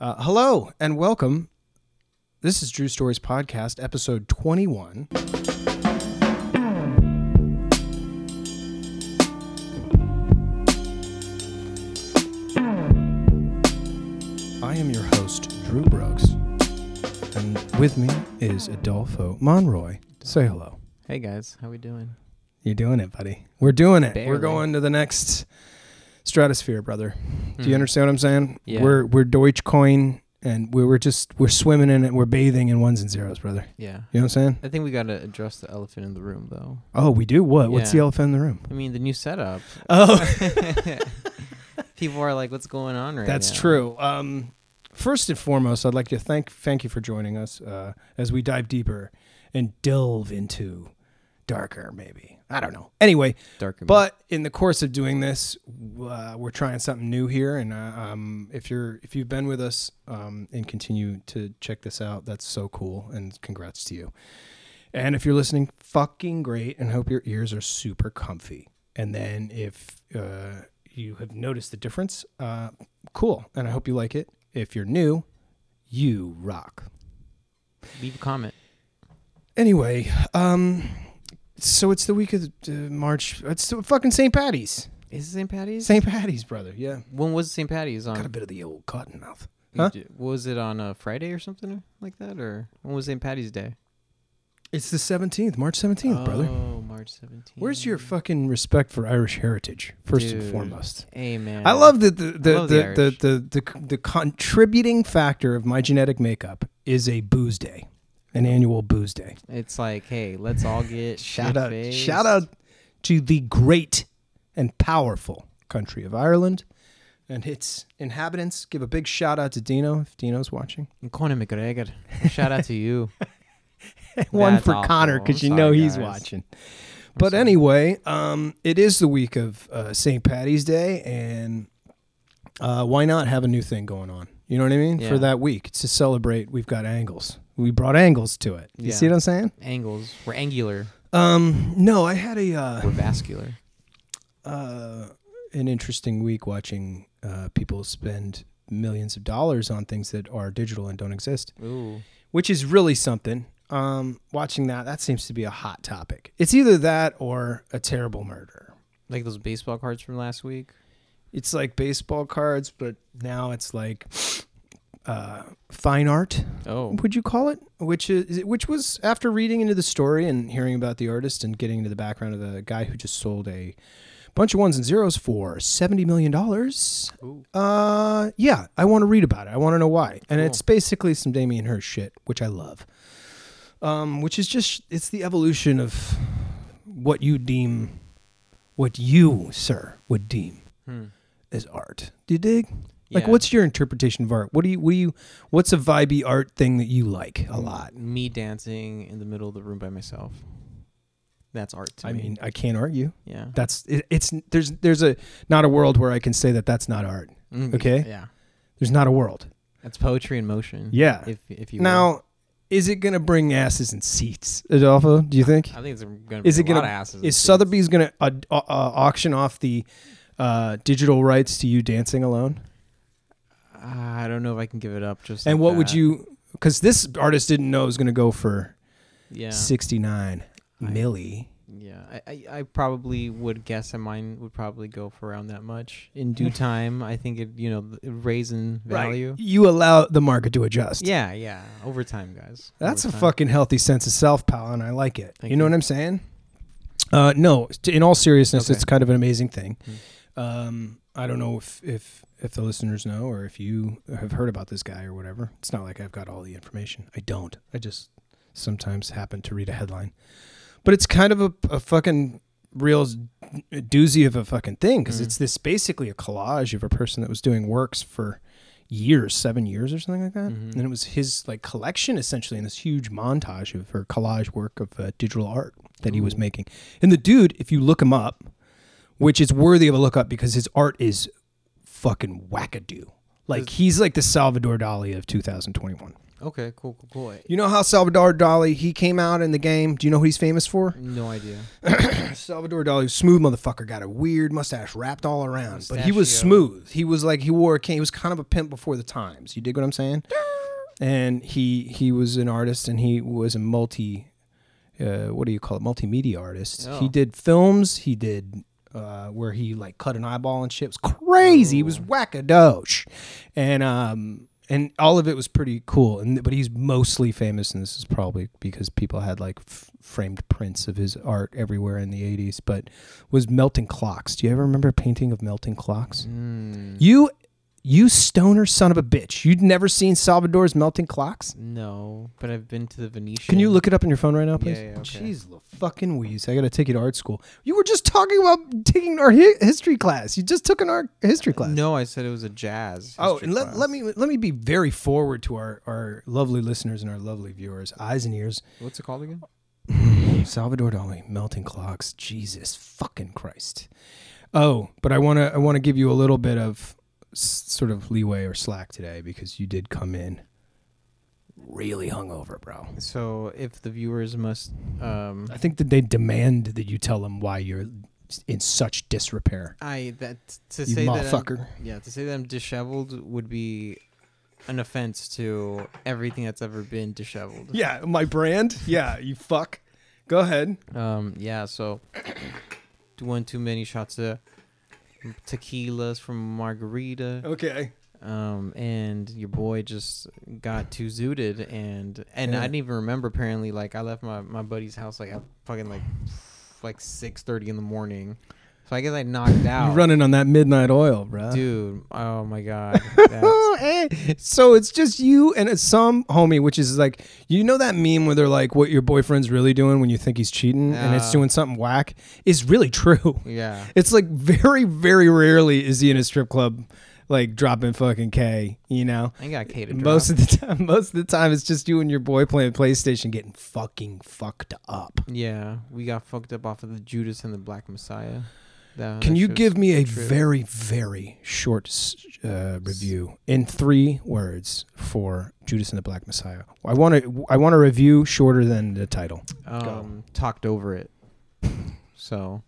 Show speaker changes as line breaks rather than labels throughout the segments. Uh, hello and welcome. This is Drew Stories Podcast, episode 21. I am your host, Drew Brooks, and with me is Adolfo Monroy. Say hello.
Hey guys, how we doing?
You're doing it, buddy. We're doing it. We're
Barely.
going to the next stratosphere, brother. Do you understand what I'm saying?
Hmm. Yeah.
We're we're Deutsche coin and we were just we're swimming in it. We're bathing in ones and zeros, brother.
Yeah.
You know what I'm saying?
I think we gotta address the elephant in the room, though.
Oh, we do. What? What's the
Yeah.
elephant in the room?
I mean, the new setup.
Oh,
People are like, "What's going on right
that's
now?"
true. Um, first and foremost, I'd like to thank thank you for joining us uh, as we dive deeper and delve into darker, maybe. I don't know. Anyway,
Dark. and-
But in the course of doing this, uh, we're trying something new here, and uh, um, if you're if you've been with us um, and continue to check this out, that's so cool, and congrats to you. And if you're listening, fucking great, and hope your ears are super comfy. And then if uh, you have noticed the difference, uh, cool, and I hope you like it. If you're new, you rock.
leave a comment.
Anyway, um, so it's the week of uh, March. It's fucking St. Patty's.
Is it St. Patty's?
St. Patty's, brother. Yeah.
when was St. Patty's on?
Got a bit of the old cotton mouth. huh?
Huh? Was it on a Friday or something like that, or when was St. Patty's Day?
It's the 17th, March 17th, brother.
Oh, March seventeenth.
Where's your fucking respect for Irish heritage, first and
Dude.
foremost?
Hey man.
I love that the the,
love the
the, the,
Irish.
the, the, the, contributing factor of my genetic makeup is a booze day, an annual booze day.
It's like, hey, let's all get
Shout out,
shit-faced.
shout out to the great and powerful country of Ireland and its inhabitants. Give a big shout out to Dino if Dino's watching.
And Conor McGregor. Shout out to you.
one
That's
for Connor
awful. I'm
because you know
sorry,
he's
guys.
watching. But anyway, um, it is the week of uh, St. Patty's Day, and uh, why not have a new thing going on? You know what I mean? For
Yeah.
that week to celebrate, we've got angles. We brought angles to it. You
Yeah.
see what I'm saying?
Angles. We're angular.
Um, no, I had a uh,
We're vascular.
uh, an interesting week watching uh, people spend millions of dollars on things that are digital and don't exist.
Ooh.
which is really something. Um, watching that, that seems to be a hot topic. It's either that or a terrible murder.
Like those baseball cards from last week.
It's like baseball cards, but now it's like uh, fine art.
Oh.
Would you call it? Which is which was after reading into the story and hearing about the artist and getting into the background of the guy who just sold a bunch of ones and zeros for seventy million dollars.
Ooh.
Uh, yeah, I want to read about it. I want to know why. And it's basically some Damien Hirst shit, which I love. Um, which is just it's the evolution of what you deem, what you sir would deem
Hmm.
as art. Do you dig? Like,
Yeah.
what's your interpretation of art? What do you, what do you, what's a vibey art thing that you like
Hmm. Mm.
a lot?
me dancing in the middle of the room by myself? That's art to
I
me.
mean, I can't argue.
yeah.
That's it, it's there's there's a not a world where I can say that that's not art.
Mm,
okay.
Yeah.
There's not a world.
That's poetry in motion.
Yeah.
If if you will.
Now, is it gonna bring asses and seats, Adolfo? Do you think?
I think it's gonna be
Is
a
it gonna-
lot of asses. and
Is
seats.
Sotheby's gonna uh, uh, auction off the uh, digital rights to you dancing alone?
Ah, I don't know if I can give it up just
And
like
what would
that.
you? Because this artist didn't know it was gonna go for
Yeah.
sixty nine
I-
milli.
Yeah, I, I, I probably would guess that mine would probably go for around that much in due time. I think it you know th- it raise in value.
Right. You allow the market to adjust.
Yeah, yeah, over time, guys.
That's a
Over time.
fucking healthy sense of self, pal, and I like it.
Thank
you know
you.
what I'm saying? Uh, no, t- in all seriousness,
Okay. Hmm.
it's kind of an amazing thing. Um, I don't know if, if if the listeners know or if you have heard about this guy or whatever. It's not like I've got all the information. I don't. I just sometimes happen to read a headline, but it's kind of a, a fucking real doozy of a fucking thing because
Mhm.
it's this basically a collage of a person that was doing works for years, seven years or something like that.
Mhm.
And it was his like collection essentially in this huge montage of her collage work of uh, digital art that he was
Ooh.
making. And the dude, if you look him up, which is worthy of a look up because his art is fucking wackadoo. Like
Does-
he's like the Salvador Dali of 2021.
Okay, cool, cool, cool.
You know how Salvador Dali he came out in the game. Do you know who he's famous for?
No idea.
Salvador Dali, smooth motherfucker, got a weird mustache wrapped all around, but he was
Mustachio.
smooth. He was like he wore a cane. He was kind of a pimp before the times. You dig what I'm saying? And he he was an artist, and he was a multi, uh, what do you call it? Multimedia artist.
Oh.
He did films. He did. Uh, where he like cut an eyeball and shit It was crazy. He was wackadosh, and um and all of it was pretty cool. And but he's mostly famous, and this is probably because people had like f- framed prints of his art everywhere in the '80s. But was melting clocks. Do you ever remember a painting of melting clocks?
Mm,
You, you stoner son of a bitch. You'd never seen Salvador's melting clocks.
no, but I've been to the Venetian.
Can you look it up on your phone right now,
Yeah,
please?
yeah, okay.
Jeez, little fucking wheeze. I gotta take you to art school. You were just talking about taking our hi- history class. You just took an art history class.
No, I said it was a jazz.
Oh,
history
and let,
class.
let me let me be very forward to our, our lovely listeners and our lovely viewers. Eyes and ears.
What's it called again?
Salvador Dali, melting clocks. Jesus fucking Christ. Oh, but I wanna I wanna give you a little bit of s- sort of leeway or slack today because you did come in really hungover, bro.
So if the viewers must, um,
I think that they demand that you tell them why you're in such disrepair.
I that to
You
say that I'm-
motherfucker.
yeah, to say that I'm disheveled would be an offense to everything that's ever been disheveled.
Yeah, my brand. Yeah, you fuck. Go ahead.
Um, yeah, so one too many shots of tequilas from margarita.
Okay.
Um, and your boy just got too zooted and and
Yeah.
I didn't even remember apparently like I left my, my buddy's house like at fucking like like six thirty in the morning. So I guess I knocked out.
You're running on that midnight oil, bro.
Dude, oh my god. That's,
Oh, eh. So it's just you and some homie, which is like you know that meme where they're like, "What your boyfriend's really doing when you think he's cheating and it's
Yeah.
doing something whack," is really true.
yeah.
It's like very, very rarely is he in a strip club, like dropping fucking K. You know,
I got K to
most
drop.
of the time, most of the time, it's just you and your boy playing PlayStation, getting fucking fucked up.
Yeah, we got fucked up off of the Judas and the Black Messiah. That-
Can
that
you
shit was
give me a
true.
very, very short s- uh, review in three words for Judas and the Black Messiah? I want to. I want a review shorter than the title.
um, talked over it. So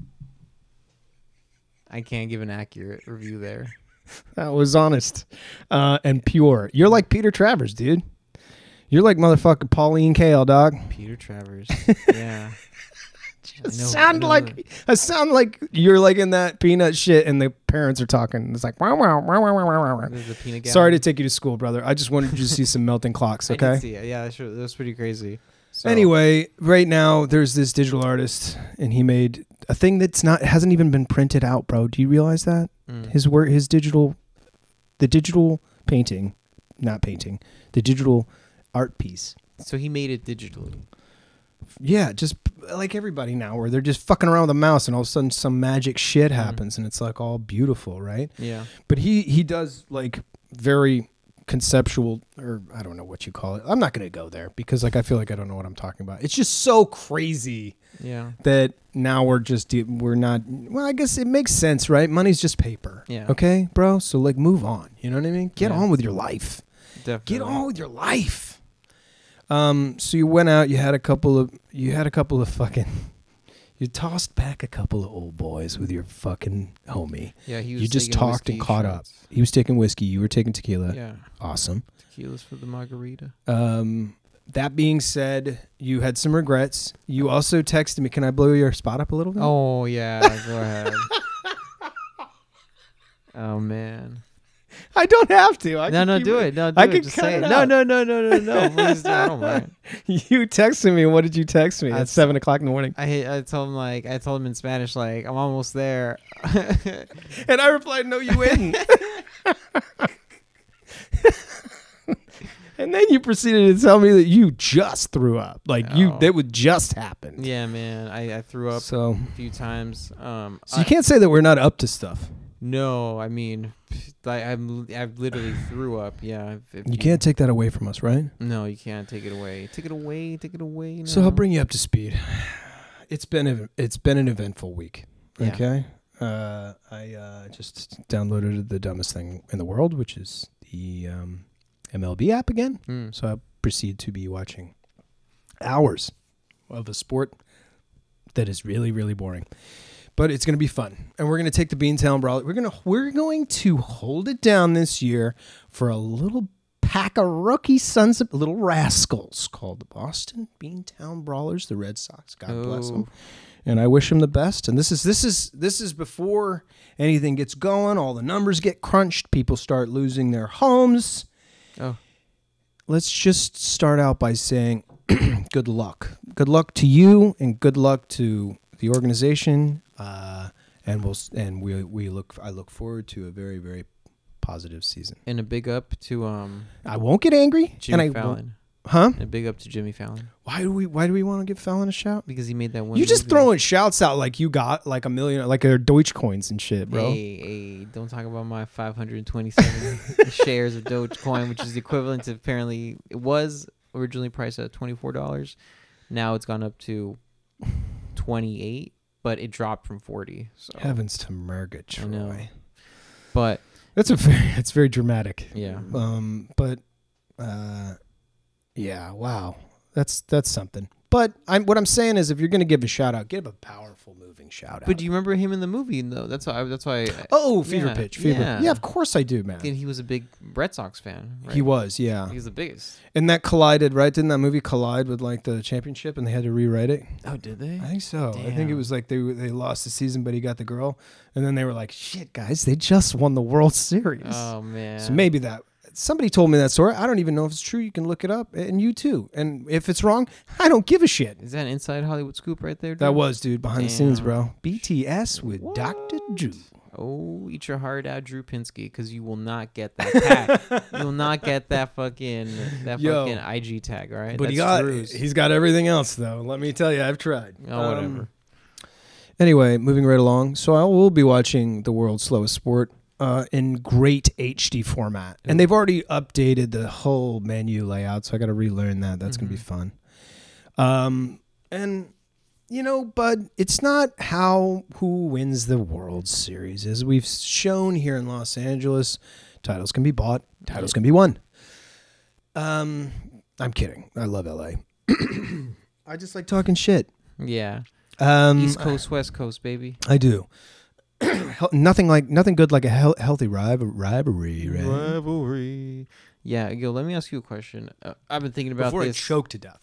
I can't give an accurate review there.
That was honest uh, and pure. You're like Peter Travers, dude. You're like motherfucking Pauline Kael, dog.
Peter Travers. Yeah. I know- I
sound
know
like I sound like you're like in that peanut shit, and the parents are talking. It's like wow, wow, wow, wow, wow, wow, wow.
the, the peanut gallery.
Sorry to take you to school, brother. I just wanted you to see some melting clocks.
I did
Okay.
see it. Yeah, that shit- that was pretty crazy. So,
Anyway, right now there's this digital artist, and he made a thing that's not hasn't even been printed out, bro. Do you realize that
mm,
his work, his digital, the digital painting, not painting, the digital art piece.
so he made it digitally.
Yeah, just p- like everybody now, where they're just fucking around with a mouse, and all of a sudden some magic shit
Hmm.
happens, and it's like all beautiful, right?
Yeah.
But he he does like very conceptual or I don't know what you call it. I'm not gonna go there because like I feel like I don't know what I'm talking about. It's just so crazy
Yeah.
that now we're just de- we're not well i guess it makes sense right money's just paper
Yeah.
okay bro so like move on you know what i mean get
Yeah.
on with your life
Definitely.
get on with your life um so you went out you had a couple of you had a couple of fucking you tossed back a couple of old boys with your fucking homie
Yeah, he was
you just
taking
talked and
whiskey
caught
shots.
up he was taking whiskey you were taking tequila
Yeah.
awesome
Tequila's for the margarita.
um that being said, you had some regrets. You also texted me. Can I blow your spot up a little bit?
Oh yeah, go ahead. oh man.
I don't have to. I
no,
can
no,
keep
do it. No, do
I
it.
can
Just
cut
say
it
No,
out.
no, no, no, no, no. Please do. I don't mind.
You texted me. What did you text me at
That's-
seven o'clock in the morning?
I hate- I told him like I told him in Spanish like I'm almost there.
And I replied, "No, you didn't." and then you proceeded to tell me that you just threw up. Like you,
No.
that would just happen.
Oh. yeah, man. I, I threw up
So,
a few times. Um,
so you
I-
can't say that we're not up to stuff.
no, I mean, I, I'm I literally threw up. Yeah. if- if
You can't take that away from us, right?
No, you can't take it away. Take it away. Take it away.
So I'll
now.
bring you up to speed. It's been a, it's been an eventful week.
Yeah.
Okay. Uh, I uh, just downloaded the dumbest thing in the world, which is the um, MLB app again.
Mm.
So I proceed to be watching hours of a sport that is really really boring. But it's going to be fun, and we're going to take the Beantown Brawl. We're going to we're going to hold it down this year for a little pack of rookie sons of little rascals called the Boston Beantown Brawlers, the Red Sox. God bless them.
Oh.
And I wish them the best. And this is this is this is before anything gets going. All the numbers get crunched. People start losing their homes.
Oh.
Let's just start out by saying good luck. Good luck to you, and good luck to the organization. Uh, and we'll s- and we we look. I look forward to a very very positive season.
And a big up to um
I won't get angry.
Jimmy
and I won't-
Fallon.
Huh?
And a big up to Jimmy Fallon
Why do we why do we want to give Fallon a shout?
because he made that one.
You just
movie.
throwing shouts out like you got like a million like their Deutsch coins and shit, bro.
Hey, hey, don't talk about my 527 shares of Dogecoin, which is the equivalent to apparently it was originally priced at $24. Now it's gone up to 28, but it dropped from 40. So,
Heavens to Murga,
I know.
Troy.
but
That's a very that's very dramatic.
yeah,
Um but uh yeah, wow. That's that's something. But I'm what I'm saying is if you're gonna give a shout out, give a powerful moving shout out.
but do you remember him in the movie though? That's why. That's why.
oh, fever
Yeah,
pitch, fever. Yeah.
yeah.
of course I do, man.
and he was a big Red Sox fan. Right?
He was, yeah.
He was the biggest.
And that collided, right? Didn't that movie collide with like the championship and they had to rewrite it?
Oh, did they?
I think so. I think it
Damn.
was like they they lost the season, but he got the girl, and then they were like, "Shit, guys, they just won the World Series."
Oh man.
So maybe that somebody told me that story. I don't even know if it's true. You can look it up, and you too. And if it's wrong, I don't give a shit.
is that an inside Hollywood scoop right there?
That
dude?
was dude behind the scenes,
Damn.
bro. BTS with Dr. Drew.
Oh, eat your heart out, Drew Pinsky, because you will not get that tag. you will not get that fucking that
Yo.
fucking IG tag. All right,
But he
That's
got
Drew's.
he's got everything else though. Let me tell you, I've tried.
oh,
Um,
whatever.
Anyway, moving right along. So I will be watching the world's slowest sport uh, in great HD format, and they've already updated the whole menu layout. So I got to relearn that. That's gonna be fun. Um, and you know, bud, it's not how who wins the World Series. As we've shown here in Los Angeles, titles can be bought, titles can be won. Um, I'm kidding. I love LA. I just like talking shit.
yeah,
Um,
East Coast, West Coast, baby.
I do. Hel- nothing like nothing good like a hel- healthy rival- rivalry, right?
Rivalry. Yeah, yo, let me ask you a question. Uh, I've been thinking about
Before I
this.
choke to death.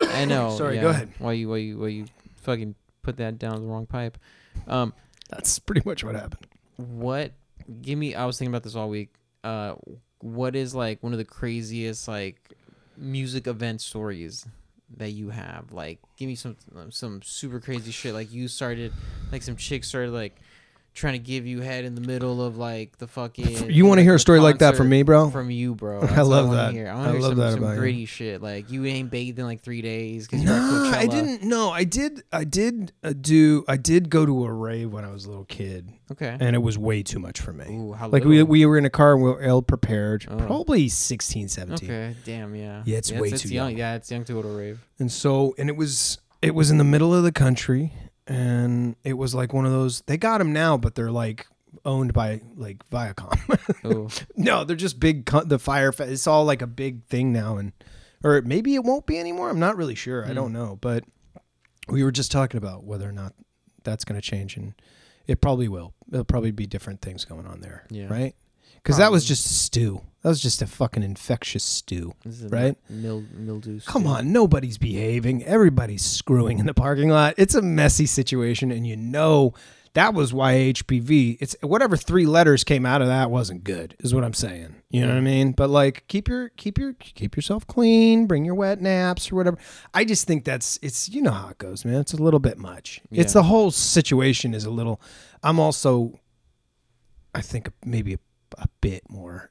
I know.
Sorry,
yeah.
go ahead.
Why you, why you, why you, fucking put that down the wrong pipe? Um,
That's pretty much what happened.
what give me i was thinking about this all week uh what is like one of the craziest like music event stories that you have like give me some um, some super crazy shit like you started like some chick started like trying to give you head in the middle of like the fucking
You want to
like,
hear a
the
story like that
concert
from me, bro?
from you bro
I
That's what
love
wanna
that.
hear. i,
I
want to hear
love
some,
that
some
about you.
gritty shit like you ain't bathed in like three days because
No,
you're at
I
Coachella.
didn't. No, I did. I did uh, do. I did go to a rave when I was a little kid,
okay
and it was way too much for me.
Ooh, how
like we,
little.
we were in a car and we were ill prepared,
Oh.
probably 16, 17.
okay damn yeah
Yeah, it's way too young.
yeah it's young to go to a rave
And so, and it was it was in the middle of the country, and it was like one of those. They got them now, but they're like owned by like Viacom.
oh
No, they're just big. Co- the fire. Fe- it's all like a big thing now, and or maybe it won't be anymore. I'm not really sure.
Hmm.
I don't know. But we were just talking about whether or not that's going to change, and it probably will. There'll probably be different things going on there,
Yeah.
right? Because that was
Probably.
just a stew. That was just a fucking infectious stew.
This is a
Right?
Mil- mildew.
Come on, nobody's behaving. Everybody's screwing in the parking lot. It's a messy situation, and you know that was why HPV. It's whatever three letters came out of that wasn't good, is what I'm saying. You know what I mean? But like, keep your keep your keep yourself clean. Bring your wet naps or whatever. I just think that's it's you know how it goes, man. It's a little bit much. It's
Yeah.
the whole situation is a little. I'm also, I think maybe a, a bit more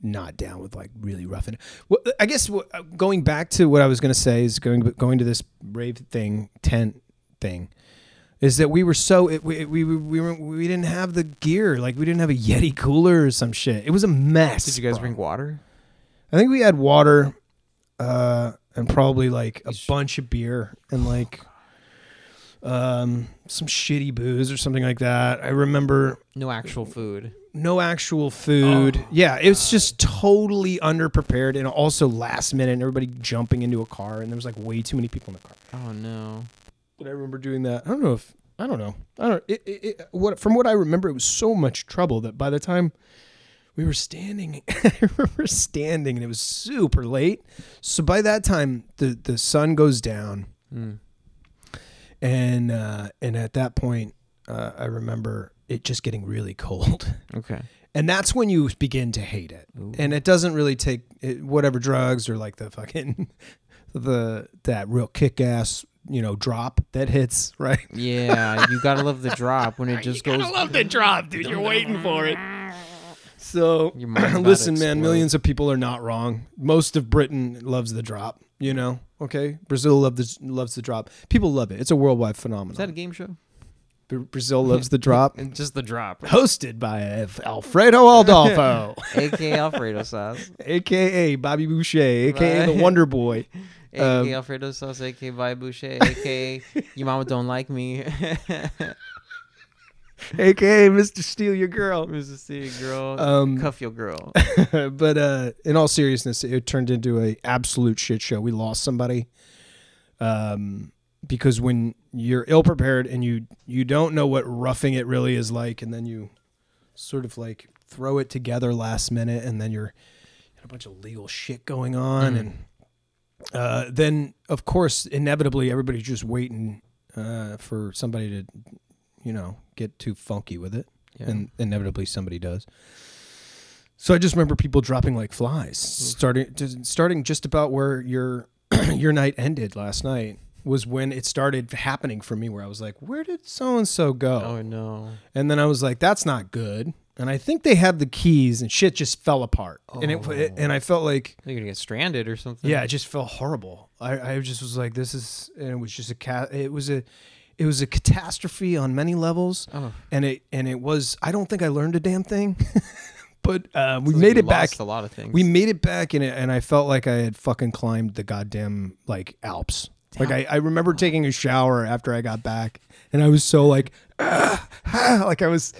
not down with like really rough and well, I guess what- uh, going back to what I was going to say is going going to this rave thing tent thing is that we were so it, we, we we we were- we didn't have the gear like we didn't have a Yeti cooler or some shit. It was a mess.
Did you guys
bro.
bring water?
I think we had water uh and probably like a
You sh-
bunch of beer and like um, some shitty booze or something like that. I remember
No actual food.
no actual food. yeah, it was just totally underprepared and also last minute. And everybody jumping into a car, and there was like way too many people in the car.
Oh no.
But I remember doing that. I don't know if I don't know. I don't. It, it, it, what from what I remember, it was so much trouble that by the time we were standing, I remember standing, and it was super late. So by that time, the the sun goes down,
Mm.
and uh, and at that point, uh, I remember it just getting really cold.
Okay.
And that's when you begin to hate it.
Ooh.
And it doesn't really take it, whatever drugs or like the fucking the that real kick ass you know drop that hits right.
Yeah, you gotta love the drop when it just goes.
love the drop, dude. You're waiting for it. So
Your mind's about to
listen, man.
explode.
Millions of people are not wrong. Most of Britain loves the drop. You know, okay. Brazil love the, loves the drop. People love it. It's a worldwide phenomenon.
Is that a game show?
Br- Brazil loves the drop.
And just the drop,
Hosted by F- Alfredo Aldolfo,
aka Alfredo sauce,
aka Bobby Boucher, aka the
Right.
Wonder Boy.
aka
Um,
Alfredo sauce, aka Vi Boucher, aka your mama don't like me.
aka Mr. Steal Your Girl.
Mrs. City girl,
Um,
cuff your girl.
but uh, in all seriousness, it turned into a absolute shit show. We lost somebody, um, because when you're ill prepared and you you don't know what roughing it really is like, and then you sort of like throw it together last minute, and then you're got a bunch of legal shit going on, and uh, then of course inevitably everybody's just waiting uh, for somebody to you know get too funky with it
Yeah.
and inevitably somebody does. So I just remember people dropping like flies, starting just, starting just about where your your night ended last night was when it started happening for me, where I was like, "Where did so and so go?"
Oh no.
And then I was like, "That's not good." And I think they had the keys, and shit just fell apart. And it,
Oh.
it and I felt like
You're gonna get stranded or something.
yeah, it just felt horrible. I, I just was like, "This is," and it was just a cat. It was a it was a catastrophe on many levels
Oh,
and it and it was I don't think I learned a damn thing, but uh, we
sounds like
made
you
it back.
lost A lot of things.
We made it back, and it, and I felt like I had fucking climbed the goddamn like Alps. Like I, I remember taking a shower after I got back, and I was so like, "Ah, ah," like I was.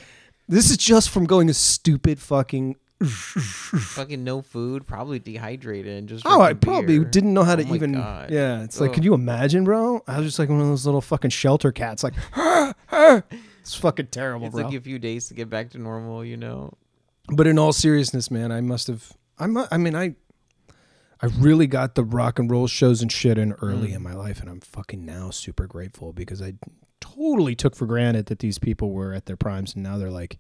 This is just from going a stupid fucking.
fucking no food, probably dehydrated and just.
Oh, I
drinking
probably
beer.
didn't know how to
Oh my
even.
God.
Yeah, it's like,
Ugh.
could you imagine, bro? I was just like one of those little fucking shelter cats. Like, "Ah, ah." it's fucking terrible,
It
bro.
took you a few days to get back to normal, you know.
but in all seriousness, man, I must have. I mu- I mean, I, I really got the rock and roll shows and shit in
Mm.
early in my life, and I'm fucking now super grateful because I totally took for granted that these people were at their primes, and now they're like,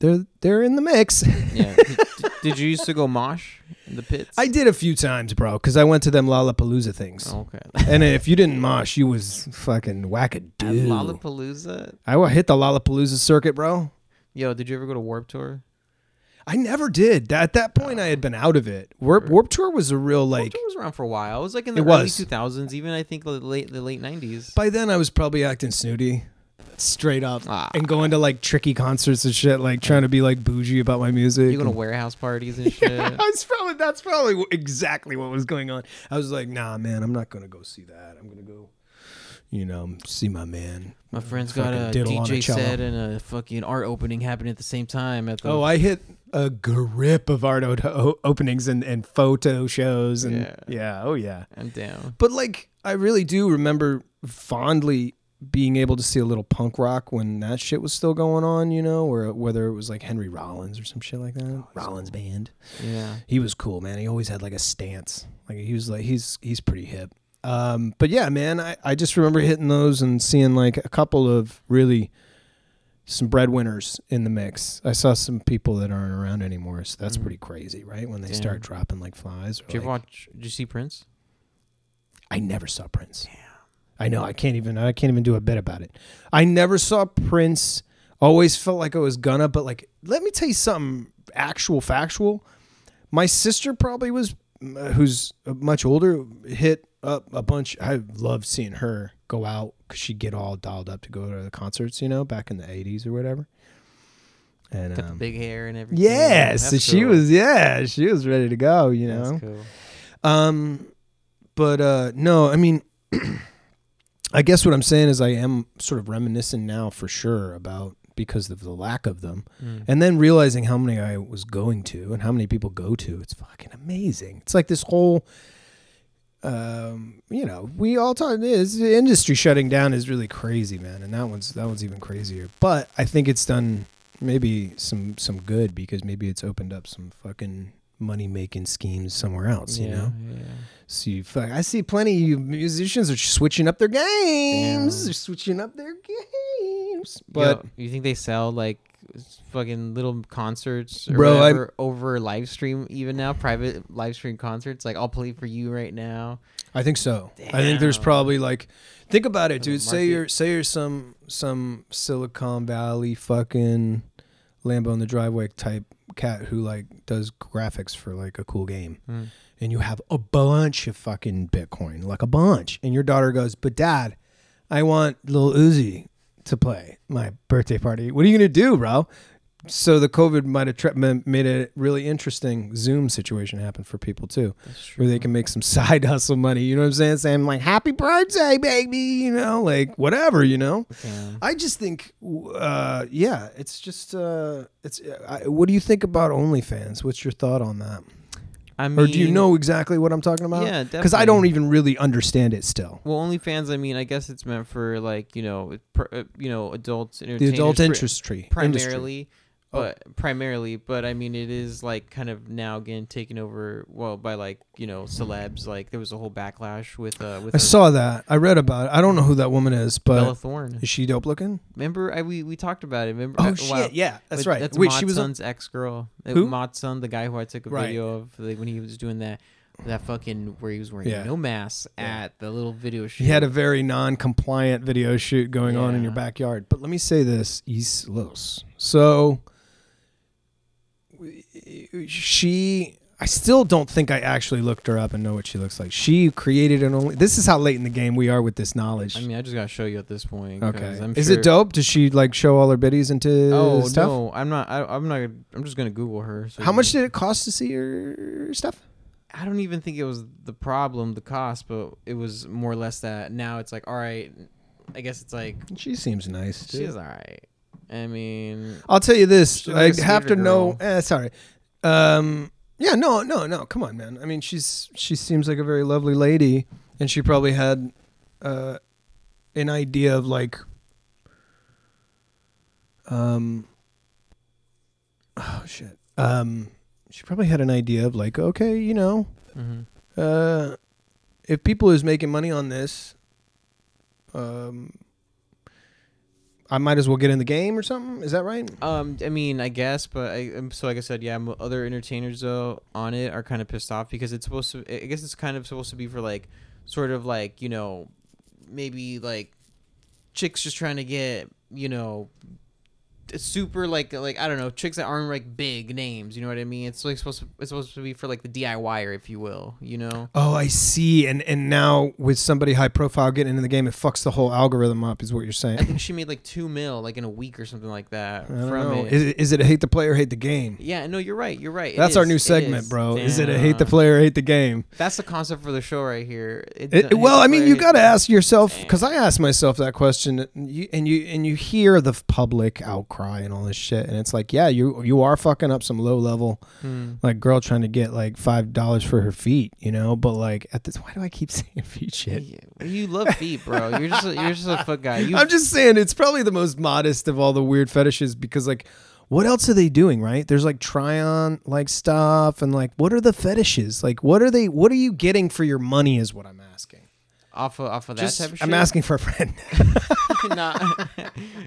they're they're in the mix.
Yeah. D- Did you used to go mosh in the pits?
I did a few times, bro, because I went to them Lollapalooza things,
Oh, okay.
and if you didn't mosh, you was fucking
At
wackadoo.
Lollapalooza.
I wa- hit the Lollapalooza circuit, bro.
Yo, did you ever go to Warp Tour?
I never did. At that point, I had been out of it. Warp, Warp Tour was a real
Warped
like.
Tour was around for a while. It was like in the
It
early
was.
two thousands, even I think the late the late nineties.
By then, I was probably acting snooty, straight up,
Ah.
and going to like tricky concerts and shit, like trying to be like bougie about my music.
You go to warehouse parties and shit.
I was probably that's probably wh- exactly what was going on. I was like, nah, man, I'm not gonna go see that. I'm gonna go, you know, see my man.
My friend's got
Fucking
a
diddle on a
DJ
cello.
set and a fucking art opening happening at the same time at the
Oh, I hit a grip of art o- o- openings and, and photo shows and
Yeah.
yeah, oh yeah.
I'm down.
But like, I really do remember fondly being able to see a little punk rock when that shit was still going on, you know, or whether it was like Henry Rollins or some shit like that. Rollins band.
Yeah.
He was cool, man. He always had like a stance. Like he was like he's he's pretty hip. Um, but yeah, man, I, I just remember hitting those and seeing like a couple of really some breadwinners in the mix. I saw some people that aren't around anymore, so that's pretty crazy, right? When they
Damn.
start dropping like flies. Or,
Did you ever
like-
watch? Did you see Prince?
I never saw Prince. I know I can't even I can't even do a bit about it. I never saw Prince. Always felt like I was gonna, but like let me tell you something actual factual. My sister probably was uh, who's much older hit up a bunch. I loved seeing her go out cuz she'd get all dialed up to go to the concerts, you know, back in the 80s or whatever. And
Got the
um,
big hair and everything.
yeah, so
That's
she
cool.
was yeah, she was ready to go, you know.
That's cool.
Um, but uh, no, I mean, I guess what I'm saying is I am sort of reminiscent now for sure about because of the lack of them,
Mm.
and then realizing how many I was going to and how many people go to. It's fucking amazing. It's like this whole. Um, you know, we all talk. This industry shutting down is really crazy, man, and that one's that one's even crazier. But I think it's done maybe some some good because maybe it's opened up some fucking money making schemes somewhere else. You
Yeah,
know,
yeah.
See, fuck, I see plenty of you musicians are switching up their games.
Yeah.
They're switching up their games.
But
But
you think they sell like s- fucking little concerts or
Bro, I'm-
whatever over live stream even now, private live stream concerts? Like I'll play for you right now.
I think so. I think there's
Damn.
probably like, think about it,
For the
dude. Say
market.
you're say you're some some Silicon Valley fucking Lambo in the driveway type cat who like does graphics for like a cool game,
Mm.
and you have a bunch of fucking Bitcoin, like a bunch, and your daughter goes, "But dad, I want Lil Uzi to play my birthday party. What are you gonna do, bro?" So the COVID might have tra- ma- made a really interesting Zoom situation happen for people too
That's true.
where they can make some side hustle money. You know what I'm saying? Saying like, "Happy birthday, baby," you know, like whatever, you know.
Yeah.
I just think, uh, yeah, it's just, uh, it's. I, what do you think about OnlyFans? What's your thought on that?
I mean,
Or do you know exactly what I'm talking about?
Yeah,
because I
definitely.
don't e even really understand it still.
Well, OnlyFans. I mean, I guess it's meant for like you know, it pr- uh, you know, adults.
The adult
entertainers,
interest tree,
pri-
industry.
primarily,
Oh.
but primarily, but I mean, it is like kind of now again taken over. Well, by like you know, celebs. Like there was a whole backlash with uh with
I
uh,
saw that. I read about it. I don't know who that woman is, but
Bella Thorne.
is she dope looking?
Remember, I we we talked about it. Remember?
Oh
uh,
shit!
wow.
Yeah, that's
With-
right.
That's
Wait,
Mod
she was. on-
Son's ex girl.
Who?
Mod Son, the guy who I took a
Right.
video of like, when he was doing that, that fucking where he was wearing
Yeah.
no mask
Yeah.
at the little video shoot.
He had a very non-compliant video shoot going on in your
Yeah.
backyard. But let me say this, East Los. So she I still don't think I actually looked her up and know what she looks like. She created an only This is how late in the game we are with this knowledge.
I mean, I just gotta show you at this point. 'cause
okay.
I'm
is
sure,
it dope? Does she like show all her biddies into
Oh
stuff?
no, I'm not. I, I'm not. I'm just gonna Google her. so
How
you-
much did it cost to see her stuff?
I don't even think it was the problem, the cost, but it was more or less that. Now it's like, all right, I guess it's like
She seems nice. too.
she's all right. I mean,
I'll tell you this.
She's
I
like a
have to
skater
know.
girl.
Eh, sorry. Um, yeah, no, no, no. Come on, man. I mean, she's she seems like a very lovely lady, and she probably had uh, an idea of like, um, oh shit. Um, she probably had an idea of like, okay, you know,
mhm.
uh, if people is making money on this, um, I might as well get in the game or something. Is that right?
Um, I mean, I guess, but I um, so like I said, yeah. m- Other entertainers though on it are kind of pissed off because it's supposed to. I I guess it's kind of supposed to be for like, sort of like you know, maybe like, chicks just trying to get you know, t- super like like I don't know, chicks that aren't like big names. You know what I mean? It's like supposed to, it's supposed to be for like the DIYer, if you will. You know.
Oh, I see. And and now with somebody high profile getting into the game, it fucks the whole algorithm up. Is what you're
I
saying?
think she made like two mil like in a week or something like that
I don't
from
know.
it.
Is it, is it a hate the player, hate the game?
yeah, no, you're right. You're right. It
That's our
is,
new
it
segment,
is.
bro. Is it a hate the
Damn.
player, hate the game?
That's the concept for the show right here. It-
It,
it-
well, I mean, you
but-
got to ask yourself because I asked myself that question, and you, and you and you hear the public outcry and all this shit, and it's like, yeah, you you are fucking up some low level
Hmm.
like girl trying to get like five dollars for her feet, you know. But like at this, why do I keep saying feet shit?
Yeah, You love feet, bro. You're just a, you're just a foot guy. You,
I'm just saying it's probably the most modest of all the weird fetishes because like what else are they doing, right? There's like try on like stuff and like what are the fetishes? Like what are they what are you getting for your money is what I'm asking.
off of off of that
Just-
type of shit.
I'm asking for a friend.
Not-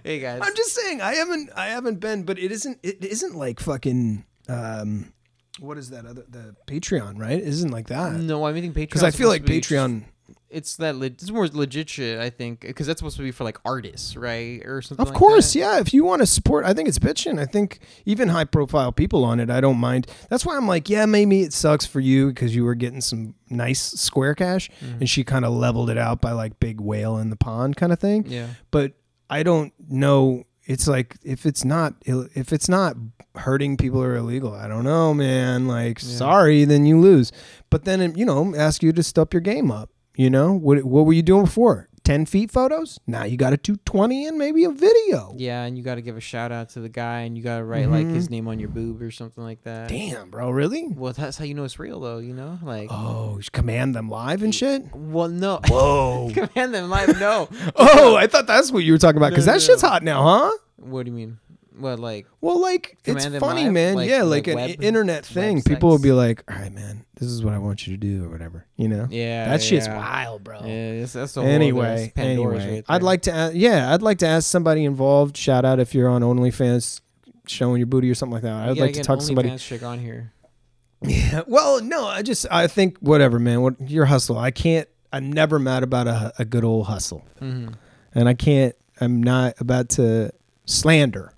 hey guys,
I'm just saying I haven't I haven't been, but it isn't it isn't like fucking um what is that other the Patreon, right? It isn't like that.
no, I'm meeting Patreon
Because I feel like Patreon
It's that le- it's more legit shit. I think because that's supposed to be for like artists, right, or something.
Of course, yeah. If you want to support, I think it's bitching. I think even high profile people on it, I don't mind. That's why I'm like, yeah, maybe it sucks for you because you were getting some nice square cash
Mm-hmm.
and she kind of leveled it out by like big whale in the pond kind of thing.
Yeah.
But I don't know. It's like if it's not ill- if it's not hurting people or illegal, I don't know, man. Like, sorry, then um, you lose. But then you know, ask you to step your game up. You know what? What were you doing before? ten feet photos. Now you got a two twenty and maybe a video.
Yeah, and you got to give a shout out to the guy, and you got to write like his name on your boob or something like that.
Mm-hmm. Damn, bro, really?
Well, that's how you know it's real, though. You know, like.
Oh, sh- command them live and shit.
Well, no.
Whoa.
Command them live. No.
oh, I thought that's what you were talking about because
No,
that
no.
shit's hot now, huh?
What do you mean? What like?
Well, like
Command
it's
and
funny,
live?
man.
Like-
yeah, like,
like
an
web-
internet thing.
web
People will
sex?
be like, "All right, man, this is what I want you to do," or whatever. You know?
Yeah.
that shit's
yeah.
wild, bro.
Yeah, that's, that's the whole-
Anyway,
that's Pandora's
anyway,
right
I'd
there.
like to, a yeah, I'd like to ask somebody involved. Shout out if you're on OnlyFans, showing your booty or something like that.
You
I'd
gotta
like to
get an
talk to somebody.
OnlyFans chick on here.
Yeah, well, no, I just I think whatever, man. What your hustle? I can't. I'm never mad about a, a good old hustle,
Mhm.
and I can't. I'm not about to slander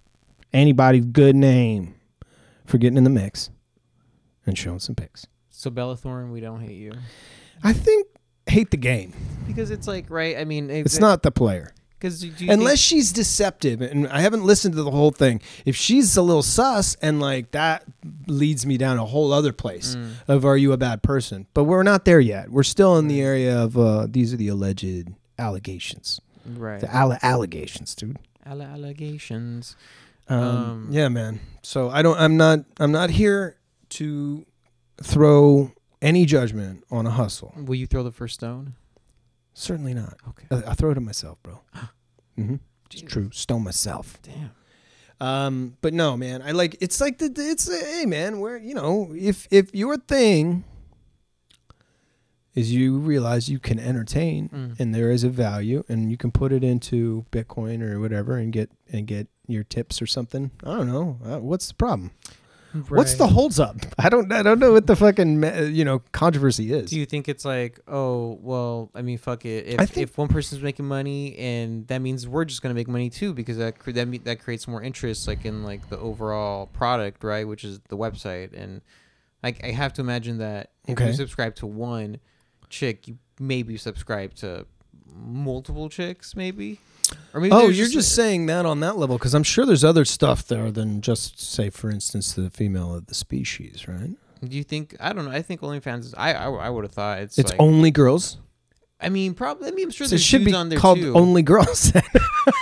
anybody's good name for getting in the mix and showing some pics.
So Bella Thorne, we don't hate you
I think hate the game.
because it's like right. I mean,
It's not the player.
because do you
Unless she's deceptive, and I haven't listened to the whole thing. If she's a little sus, and like that leads me down a whole other place
Mm.
of are you a bad person? But we're not there yet. We're still in the area of uh, these are the alleged allegations,
think, right
the alle- allegations, dude.
Alle- allegations.
Um,
Um,
yeah, man. So I don't. I'm not. I'm not here to throw any judgment on a hustle.
Will you throw the first stone?
Certainly not.
Okay.
I, I throw it at myself, bro. mm-hmm. It's true. Stone myself.
Damn.
Um, but no, man, I like it's like the it's uh, hey, man, where you know if if your thing is you realize you can entertain
Mm.
and there is a value and you can put it into Bitcoin or whatever and get and get your tips or something. I don't know uh, what's the problem. What's the holds up? I don't I don't know what the fucking uh, you know controversy is.
Do you think it's like, oh, well, I mean, fuck it.
I
If,
think-
if one person's making money, and that means we're just gonna make money too, because that cre- that me- that creates more interest, like in like the overall product, right? Which is the website, and like I have to imagine that if
Okay.
you subscribe to one chick, you maybe subscribe to multiple chicks, maybe. Or maybe
Oh,
there's
you're just, saying that on that level because I'm sure there's other stuff there than just say, for instance, the female of the species, right?
Do you think? I don't know. I think OnlyFans. Is, I I, I would have thought it's.
It's
like,
only girls.
I mean, probably. I mean, I'm sure
So it
there's
should
dudes
be
on there
called
too.
Only Girls.
no,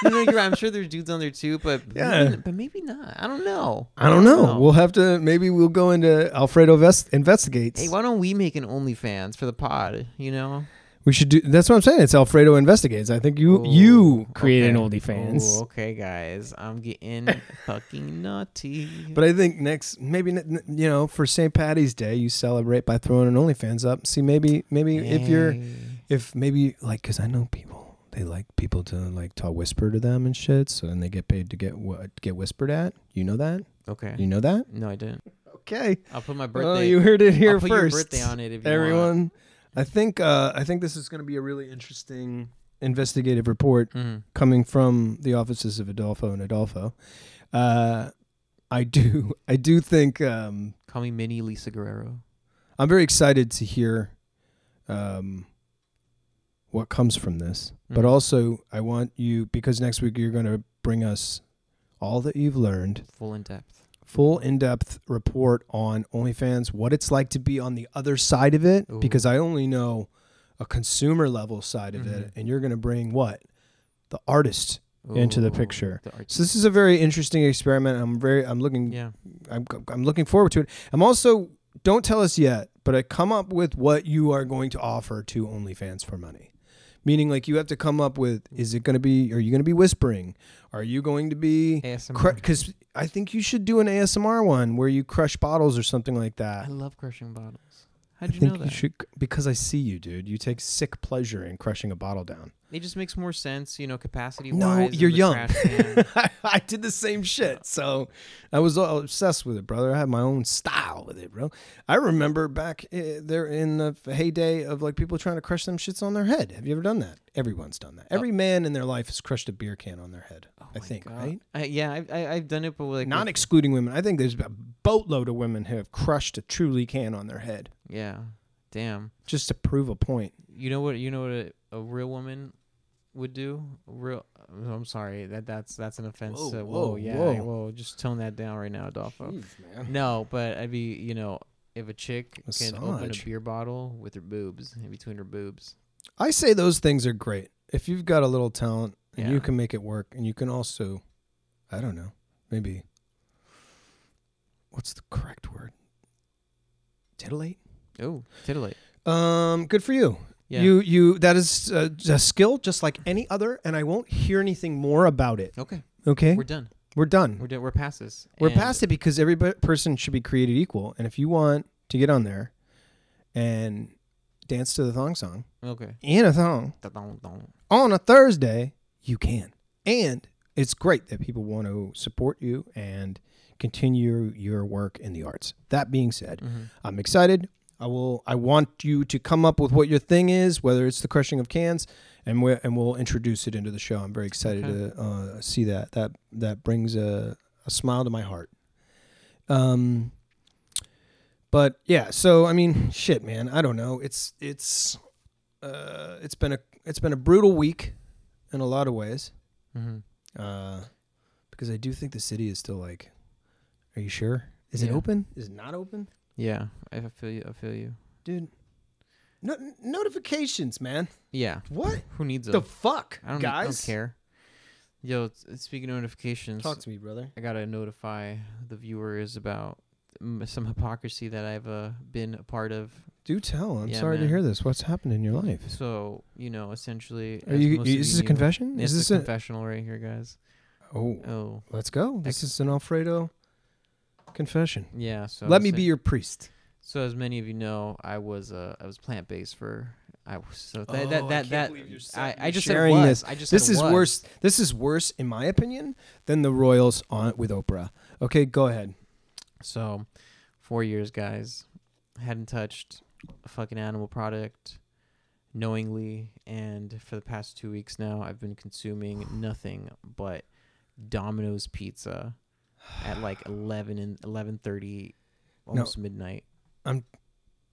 no, you're right. I'm sure there's dudes on there too, but
Yeah.
maybe, but maybe not. I don't know.
I don't know.
No.
We'll have to maybe we'll go into Alfredo Vest investigates.
Hey, why don't we make an OnlyFans for the pod? You know,
we should do. That's what I'm saying. It's Alfredo investigates. I think you
Ooh,
you created an
Oh, okay.
oldie fans.
Ooh, okay, guys, I'm getting fucking naughty.
But I think next, maybe n- n- you know, for St. Patty's Day, you celebrate by throwing an OnlyFans up. See, maybe, maybe if you're,
Hey.
if maybe like, cause I know people, they like people to like to whisper to them and shit. So and they get paid to get what get whispered at. You know that?
okay,
You know that?
no, I didn't.
Okay.
I'll put my
Oh,
birthday.
you heard it here
I'll put
first.
your birthday on it if you
everyone. I think uh, I think this is going to be a really interesting investigative report
Want.
coming from the offices of Adolfo and Adolfo. Uh, I do I do think um,
Mhm. Call me Mini Lisa Guerrero.
I'm very excited to hear um, what comes from this, but
Mhm.
also I want you because next week you're going to bring us all that you've learned
Full in depth.
full in-depth report on OnlyFans, what it's like to be on the other side of it,
Ooh.
because I only know a consumer level side of it,
Mhm.
and you're going to bring what the artist. Into the picture.
the art-
So this is a very interesting experiment. I'm very, I'm looking,
yeah.
I'm, I'm looking forward to it. I'm also, don't tell us yet, but I come up with what you are going to offer to OnlyFans for money. Meaning, like you have to come up with: Is it going to be? Are you going to be whispering? Are you going to be?
ASMR.
because I think you should do an ASMR one where you crush bottles or something like
I
that.
love crushing bottles.
I
How'd you
think
know that?
you should because I see you, dude. You take sick pleasure in crushing a bottle down.
It just makes more sense, you know, capacity.
No,
wise
you're young. I, I did the same shit, so I was all obsessed with it, brother. I had my own style with it, bro. I remember back uh, there in the heyday of like people trying to crush them shits on their head. Have you ever done that? Everyone's done that. Every man in their life has crushed a beer can on their head.
Oh
I think, right?
I, yeah, I, I, I've done it, but like,
Not
with-
excluding women. I think there's a boatload of women who have crushed a truly can on their head.
yeah, damn.
just to prove a point.
You know what? You know what a, a real woman would do. A Real. oh, I'm sorry that that's that's an offense.
Whoa,
to,
whoa,
yeah,
whoa.
whoa. Just tone that down right now, Adolfo. No, but I'd be, you know, if a chick can open
Massage.
a beer bottle with her boobs in between her boobs,
I say those things are great. if you've got a little talent and you
Yeah.
can make it work, and you can also, I don't know, maybe. What's the correct word? Titillate.
Oh, titillate.
Um, good for you.
Yeah.
You you that is a, a skill just like any other, and I won't hear anything more about it.
okay.
Okay,
We're
we're,
done.
done.
We're done. We're past this.
We're,
And-
past it because every bu- person should be created equal, and if you want to get on there and dance to the thong song
Okay.
in a thong
Dun, dun.
on a Thursday, you can, and it's great that people want to support you and continue your work in the arts. That being said,
Mhm.
I'm excited. I will. I want you to come up with what your thing is, whether it's the crushing of cans, and we and we'll introduce it into the show. I'm very excited to uh, see that. That that brings a, a smile to my heart. Um. But yeah, so I mean, shit, man. I don't know. It's it's uh, it's been a it's been a brutal week in a lot of ways.
Mhm.
Uh, because I do think the city is still like, are you sure? Is it
Yeah.
open? Is it not open?
Yeah. I I feel you. I feel you.
dude. No, n- notifications, man.
Yeah.
What
Who needs
the
them?
fuck,
I don't, I don't
guys?
care. Yo, it's- it's speaking of notifications,
Talk to me, brother.
I gotta notify the viewers about mm, some hypocrisy that I've uh, been a part of.
Do tell. I'm
Yeah,
sorry to
man.
hear this. What's happened in your life?
So you know, essentially,
Are
as
you,
most of
is this a
knew-
confession?
It's
Is this
a
a,
confessional right here, guys.
oh?
Oh,
Let's go. This
Ex-
is an Alfredo confession.
yeah. So
Let me
so-
be your priest.
So as many of you know, I was uh, I was plant based for I was so
Oh,
that that that that I, I just
sharing
said
this.
was. I just
This
said
is
was.
worse. This is worse, in my opinion, than the Royals on with Oprah. Okay, go ahead.
So, four years, guys. Hadn't touched a fucking animal product knowingly. And for the past two weeks now, I've been consuming nothing but Domino's pizza at like 11 and 11.30, almost midnight.
I'm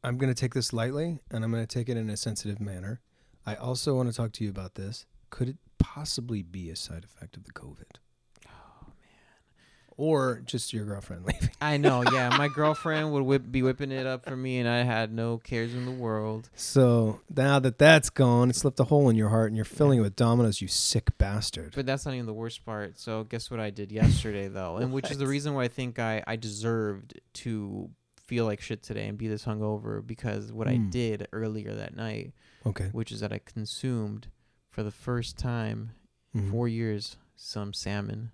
going to take this lightly and I'm going to take it in a sensitive manner. I also want to talk to you about this. Could it possibly be a side effect of the COVID? Oh, man. Or just your girlfriend leaving?
I know, yeah. My girlfriend would whip, be whipping it up for me, and I had no cares in the world.
So now that that's gone, it's left a hole in your heart and you're filling it with dominoes, you sick bastard.
But that's not even the worst part. So guess what I did yesterday though, and which is the
What?
reason why I think I I deserved to feel like shit today and be this hungover because what I
Hmm.
did earlier that night,
Okay.
which is that I consumed for the first time in
Mhm.
four years some salmon.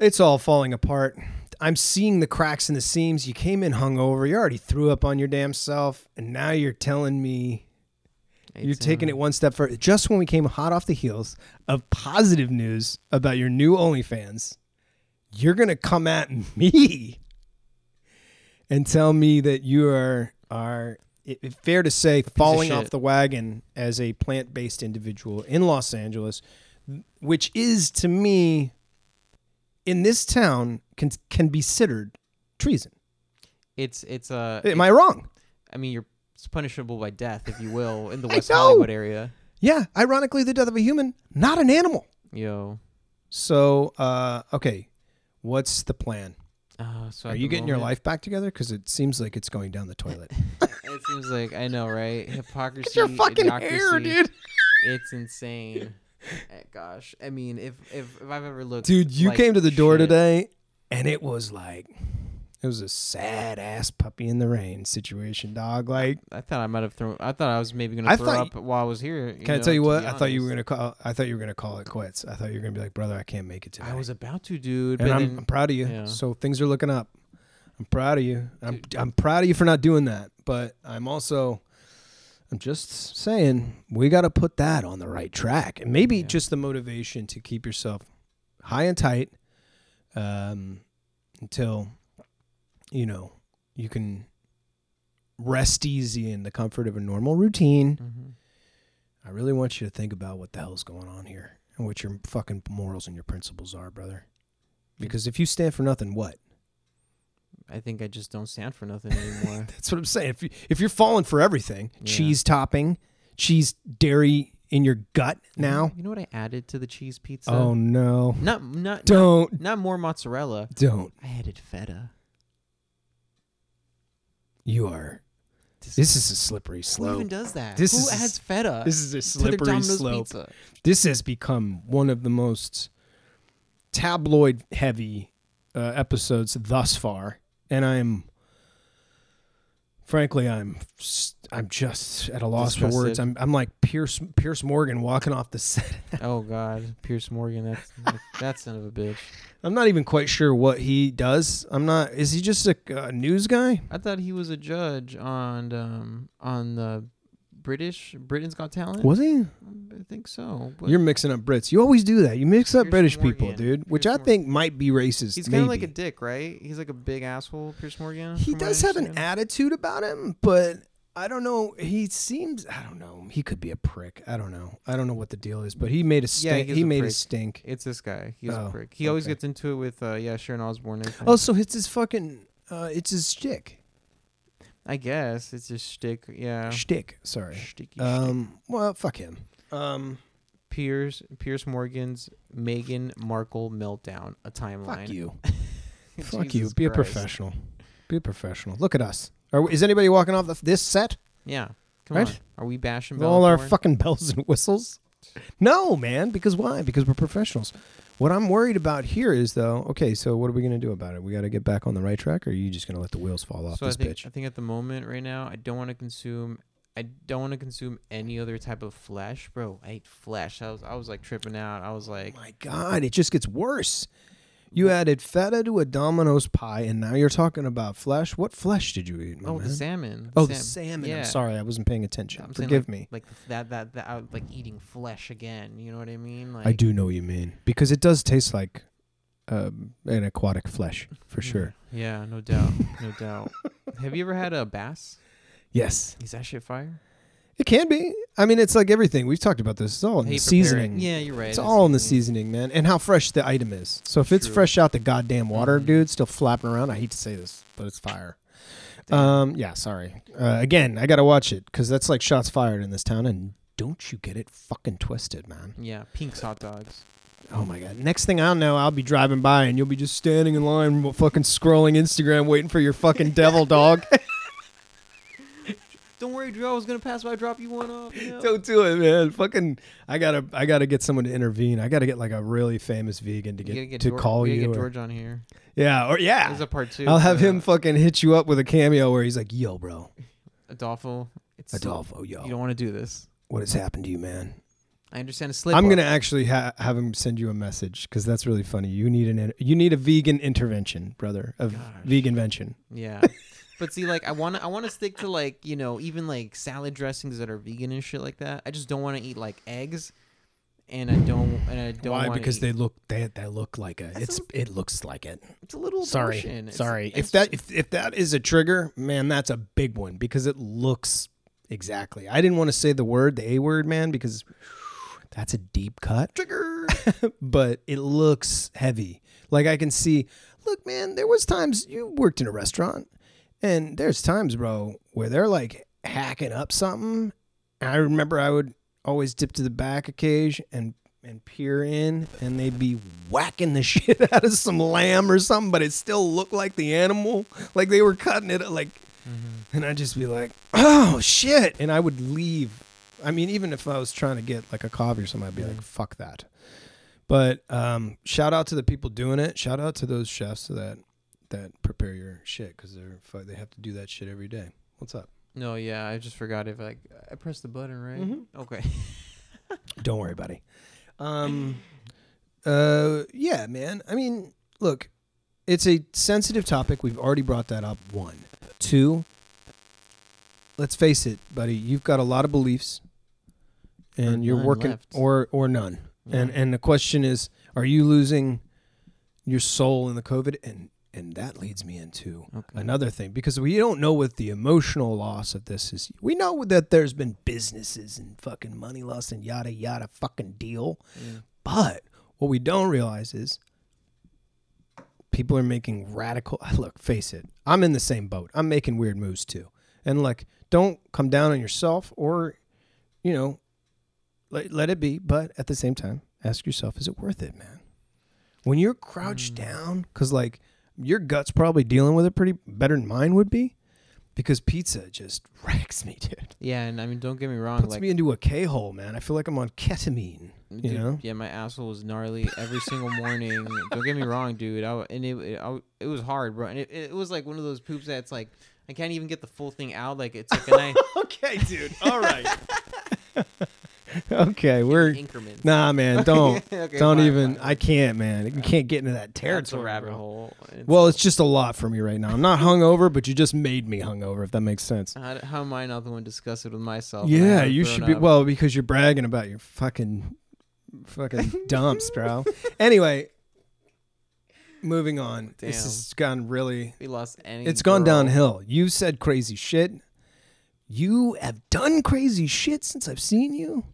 It's all falling apart. I'm seeing the cracks in the seams. You came in hungover. You already threw up on your damn self. And now you're telling me
Ate
You're taking it
salmon.
one step further. Just when we came hot off the heels of positive news about your new OnlyFans, you're gonna come at me and tell me that you are are it, it fair to say falling off
shit.
the wagon as a plant based individual in Los Angeles, which is to me in this town can can be considered treason.
It's it's uh,
Am I wrong?
I mean you're it's punishable by death if you will in the
I
West
know.
Hollywood area.
Yeah, ironically, the death of a human, not an animal.
Yo,
So, uh, okay, what's the plan?
uh, so
Are
at
you
the
getting your
moment-
life back together? Because it seems like it's going down the toilet.
It seems like I know, right? Hypocrisy.
your fucking hair,
idiocracy.
dude.
It's insane. Eh, Gosh, I mean, if if, if I've ever looked,
Dude, you
like
came to the door
shit-
today, and it was like, it was a sad ass puppy in the rain situation, dog. Like,
I thought I might have thrown. I thought I was maybe gonna
I
throw
thought-
up while I was here. you
can
know,
I tell you
to
what?
be
I thought you were
honest.
gonna call. I thought you were gonna call it quits. I thought you were gonna be like, brother, I can't make it today.
I was about to, dude.
and
but
I'm,
then-
I'm proud of you.
yeah.
So things are looking up. I'm proud of you. I'm I'm proud of you for not doing that. But I'm also I'm just saying we got to put that on the right track, and maybe
Yeah.
just the motivation to keep yourself high and tight um, until you know you can rest easy in the comfort of a normal routine.
Mhm.
I really want you to think about what the hell's going on here and what your fucking morals and your principles are, brother. Because if you stand for nothing, what?
I think I just don't stand for nothing anymore.
That's what I'm saying. If you if you're falling for everything,
Yeah.
cheese topping, cheese dairy in your gut now.
you know what I added to the cheese pizza?
Oh no.
not not not,
Don't
not more mozzarella.
don't.
I added feta.
You are
This,
This is a slippery
who
slope.
even does that?
This
who
is-
adds feta?
This is a
to their
slippery
Domino's
slope.
Pizza?
This has become one of the most tabloid heavy uh, episodes thus far, and I'm frankly I'm s- I'm just at a loss for words.
Disgusted.
I'm I'm like Pierce Pierce Morgan walking off the set.
Oh God, Pierce Morgan, that's that son of a bitch.
I'm not even quite sure what he does. I'm not. Is he just a, a news guy?
I thought he was a judge on um on the British Britain's Got Talent.
Was he?
I think so. but
You're mixing up Brits. You always do that. You mix up
Pierce
British people,
Morgan.
dude, which
Pierce
I
Morgan.
think might be racist.
he's kind of like a
maybe.
dick, right? He's like a big asshole, Pierce Morgan.
He
from what I
does have an
understand.
attitude about him, but I don't know. He seems I don't know. He could be a prick. I don't know. I don't know what the deal is, but he made a stink.
he's
he
a
made a
prick.
stink.
It's this guy. He's
Oh,
a prick. He always
okay.
gets into it with uh yeah Sharon Osbourne. and everything.
Oh, so it's his fucking. Uh, it's his shtick.
I guess it's just shtick. Yeah.
Shtick. Sorry.
Shticky shtick.
Um. Well, fuck him. Um.
Pierce Pierce Morgan's Megan Markle meltdown. A timeline.
Fuck you. fuck you.
Jesus
Be a
Christ.
professional. Be a professional. Look at us. Are, is anybody walking off the, this set?
Yeah. Come
Right?
on. Are we bashing
With all our
Bellator?
fucking bells and whistles? No, man. Because why? Because we're professionals. What I'm worried about here is though. Okay, so what are we gonna do about it? We got to get back on the right track, or are you just gonna let the wheels fall off
so
this
I think
bitch?
I think at the moment right now I don't want to consume I don't want to consume any other type of flesh, bro. I ate flesh. I was I was like tripping out. I was like,
My God, it just gets worse. You added feta to a Domino's pie, and now you're talking about flesh. What flesh did you eat, my
oh,
man?
the salmon.
oh, the
sam-
salmon.
yeah.
I'm sorry, I wasn't paying attention.
I'm saying,
Forgive
like,
me.
Like that that that I, like eating flesh again. You know what I mean? Like
I do know what you mean because it does taste like um, an aquatic flesh for
mm,
sure.
Yeah, no doubt, no doubt. Have you ever had a bass?
Yes,
Is that shit fire?
it can be. I mean, it's like everything we've talked about. This it's all in
How
the
you prepare it?
seasoning.
Yeah, you're right.
It's all in the
seasoning.
seasoning, man, and how fresh the item is. So if it's
True.
fresh out the goddamn water,
Mhm.
dude, still flapping around. I hate to say this, but it's fire.
Damn.
Um, yeah, sorry. Uh, again, I gotta watch it because that's like shots fired in this town, and don't you get it fucking twisted, man.
Yeah, Pink's hot dogs.
Oh my god. Next thing I'll know, I'll be driving by, and you'll be just standing in line, wa- fucking scrolling Instagram, waiting for your fucking devil dog.
Don't worry, Drew. I was gonna pass by, drop you one off. you know?
Don't do it, man. Fucking, I gotta, I gotta get someone to intervene. I gotta get like a really famous vegan to
You gotta
get, to
Geor-
call
we gotta
you.
Get
or-
George on here.
yeah, or yeah.
There's a part two.
I'll have
uh,
him fucking hit you up with a cameo where he's like, "Yo, bro,
Adolfo. It's
Adolfo, yo,
You don't want to do this.
what has happened to you, man?"
I understand a slip.
I'm
up.
gonna actually ha- have him send you a message because that's really funny. You need an in- you need a vegan intervention, brother. A
Gosh.
veganvention.
Yeah. But see, like, I want to, I want to stick to like, you know, even like salad dressings that are vegan and shit like that. I just don't want to eat like eggs, and I don't, and I don't.
Why?
wanna
Because
eat-
they look they they look like a it's
sounds-
it looks like it.
It's a little.
Sorry,
abortion. It's-
sorry.
it's-
If that if, if that is a trigger, man, that's a big one because it looks exactly. I didn't want to say the word the a word, man, because that's a deep cut.
trigger.
but it looks heavy. Like I can see, look, man, there was times you worked in a restaurant, and there's times, bro, where they're like hacking up something. And I remember I would always dip to the back of cage and and peer in, and they'd be whacking the shit out of some lamb or something, but it still looked like the animal, like they were cutting it like. And I'd just be like, "Oh shit!" And I would leave. I mean, even if I was trying to get like a coffee or something, I'd be like, "Fuck that." But um, shout out to the people doing it. Shout out to those chefs that that prepare your shit because they're fu- they have to do that shit every day. What's up?
no, yeah, I just forgot if like I pressed the button right.
Mhm.
Okay.
Don't worry, buddy. Um, uh, yeah, man. I mean, look, it's a sensitive topic. We've already brought that up. One, two. Let's face it, buddy. You've got a lot of beliefs, and
Or
you're
none
working
left.
or or none. And
Yeah.
and the question is, are you losing your soul in the COVID? And and that leads me into
Okay.
another thing because we don't know what the emotional loss of this is. We know that there's been businesses and fucking money loss and yada yada fucking deal.
Yeah.
But what we don't realize is people are making radical look, face it. I'm in the same boat. I'm making weird moves too. And like don't come down on yourself or you know let, let it be, but at the same time, ask yourself is it worth it, man? When you're
Hmm.
crouched down cuz like your gut's probably dealing with it pretty better than mine would be. because pizza just wrecks me, dude.
Yeah, and I mean, don't get me wrong.
Puts
like,
me into a K hole, man. I feel like I'm on ketamine. you
dude,
know?
yeah, my asshole was gnarly every single morning. don't get me wrong, dude. I w- and it, it, I w- it was hard, bro. And it, it was like one of those poops that's like I can't even get the full thing out. Like it's like a nice
Okay, dude. All right. okay, we're
increment.
nah, man. Don't
Okay,
don't
fine,
even.
fine.
I can't, man. You can't get into that
That's a
territory.
rabbit
bro.
hole. and it's-
Well, it's just a lot for me right now. I'm not hungover, but you just made me hungover. If that makes sense.
how, how am I not the one to discuss it with myself? when I
Yeah,
have
you
grown
should be
up?
well because you're bragging about your fucking fucking dumps, bro. Anyway, moving on.
Damn.
This has gone really
we lost any.
it's gone
girl.
downhill. You said crazy shit. You have done crazy shit since I've seen you.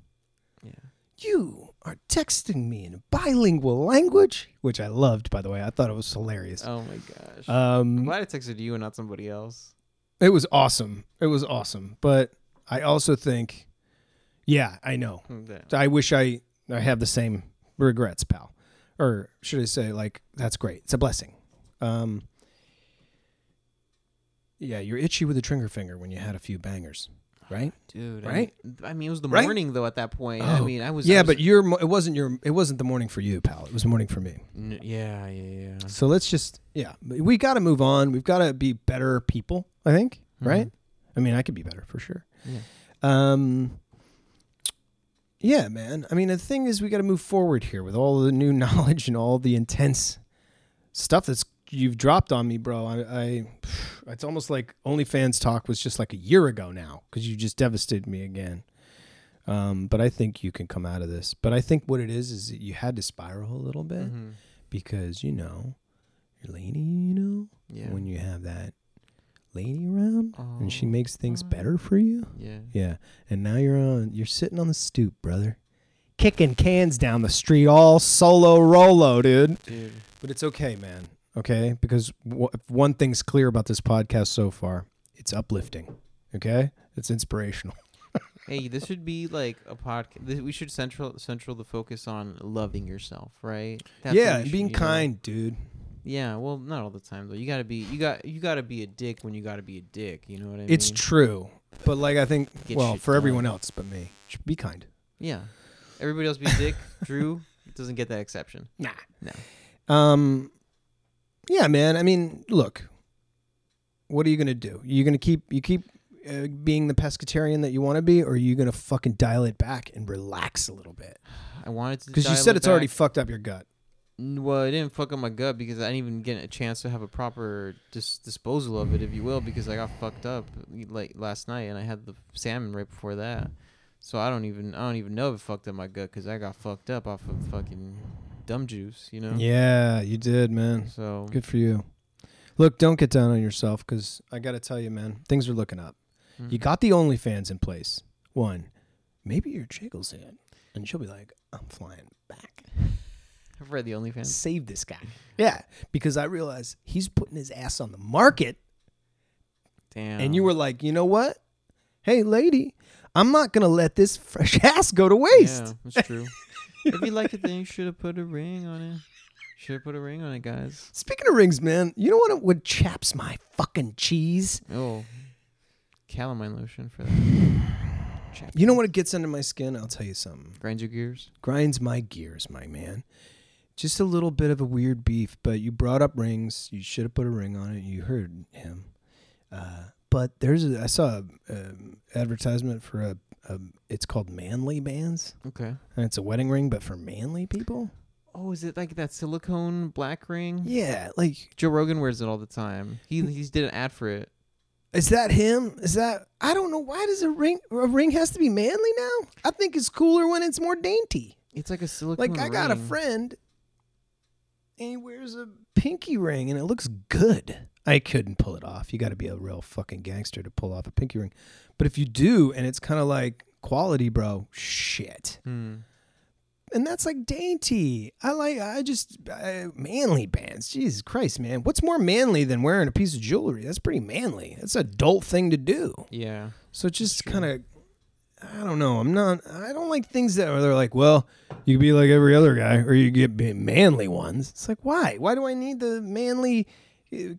Yeah.
You are texting me in bilingual language, which I loved by the way. I thought it was hilarious.
Oh my gosh. I'm
Um
glad I texted you and not somebody else.
it was awesome. It was awesome. But I also think yeah, I know.
Damn.
I wish I I have the same regrets, pal. Or should I say, like, that's great. It's a blessing. Um, yeah, you're itchy with a trigger finger when you had a few bangers, right?
Dude,
Right?
I mean, I mean, it was the
Right?
morning though. At that point, I
Oh.
mean, I was. I
yeah,
was-
but your mo- it wasn't your it wasn't the morning for you, pal. It was the morning for me.
N- yeah, yeah, yeah.
So let's just yeah, we got to move on. We've got to be better people. I think, right? I mean, I could be better for sure.
Yeah.
Um, yeah, man. I mean, the thing is, we got to move forward here with all the new knowledge and all the intense stuff that's you've dropped on me, bro. I, I it's almost like OnlyFans talk was just like a year ago now because you just devastated me again. Um, but I think you can come out of this. But I think what it is is that you had to spiral a little bit
Mhm.
because you know your lady you know
Yeah.
when you have that lady around and she
Oh,
makes things
right.
better for you
Yeah.
yeah and now you're on you're sitting on the stoop brother kicking cans down the street all solo rolo dude
Dude.
but it's okay man okay because w- if one thing's clear about this podcast so far it's uplifting okay it's inspirational
Hey, this should be like a podcast. We should central central the focus on loving yourself, right? That's what
yeah
we
and
should,
being
you know?
kind dude
Yeah, well, not all the time though. You gotta be you got you gotta be a dick when you gotta be a dick. You know what I mean?
it's true but like i think
Get
well
shit
for
done.
everyone else but me be kind
yeah. Everybody else be a dick. Drew doesn't get that exception.
Nah.
No.
Um Yeah, man. I mean, look. What are you going to do? You're going to keep you keep uh, being the pescatarian that you want to be or are you going to fucking dial it back and relax a little bit?
I wanted to
Cuz you
dial
said
it
it's already
back.
fucked up your gut.
N- well, it didn't fuck up my gut because I didn't even get a chance to have a proper dis- disposal of it, if you will, because I got fucked up e, like last night and I had the salmon right before that. So I don't even I don't even know if it fucked up my gut because I got fucked up off of fucking dumb juice, you know.
Yeah, you did, man.
So
Good for you. Look, don't get down on yourself cuz I got to tell you, man, things are looking up. You
mhm.
got the OnlyFans in place. One. Maybe your jiggles in and she'll be like, "I'm flying back."
I've read the OnlyFans.
save this guy. Yeah, because I realized he's putting his ass on the market,
Damn.
and you were like, you know what? Hey, lady, I'm not gonna let this fresh ass go to
Yeah,
waste.
that's true. if you like it, then you should have put a ring on it. Should have put a ring on it, guys.
Speaking of rings, man, you know what would chaps my fucking cheese?
Oh, calamine lotion for that. Check.
You know what it gets under my skin? I'll tell you something.
Grind your gears.
Grinds my gears, my man. Just a little bit of a weird beef, but you brought up rings. You should have put a ring on it. You heard him. Uh, but there's a, I saw a, um advertisement for a, a it's called Manly Bands.
Okay.
And it's a wedding ring, but for manly people?
Oh, is it like that silicone black ring?
Yeah, like
Joe Rogan wears it all the time. He he's did an ad for it.
is that him? Is that I don't know why does a ring a ring has to be manly now? I think it's cooler when it's more dainty.
It's like a silicone.
Like I got a
ring.
friend and he wears a pinky ring and it looks good. I couldn't pull it off. You got to be a real fucking gangster to pull off a pinky ring. But if you do and it's kind of like quality, bro, shit.
Hmm.
and that's like dainty. I like I just uh, manly bands. Jesus Christ, man! What's more manly than wearing a piece of jewelry? That's pretty manly. That's an adult thing to do.
Yeah.
So it's just
That's true.
kind of, I don't know. I'm not. I don't like things that are they're like, well, you could be like every other guy, or you get be manly ones. It's like, why? Why do I need the manly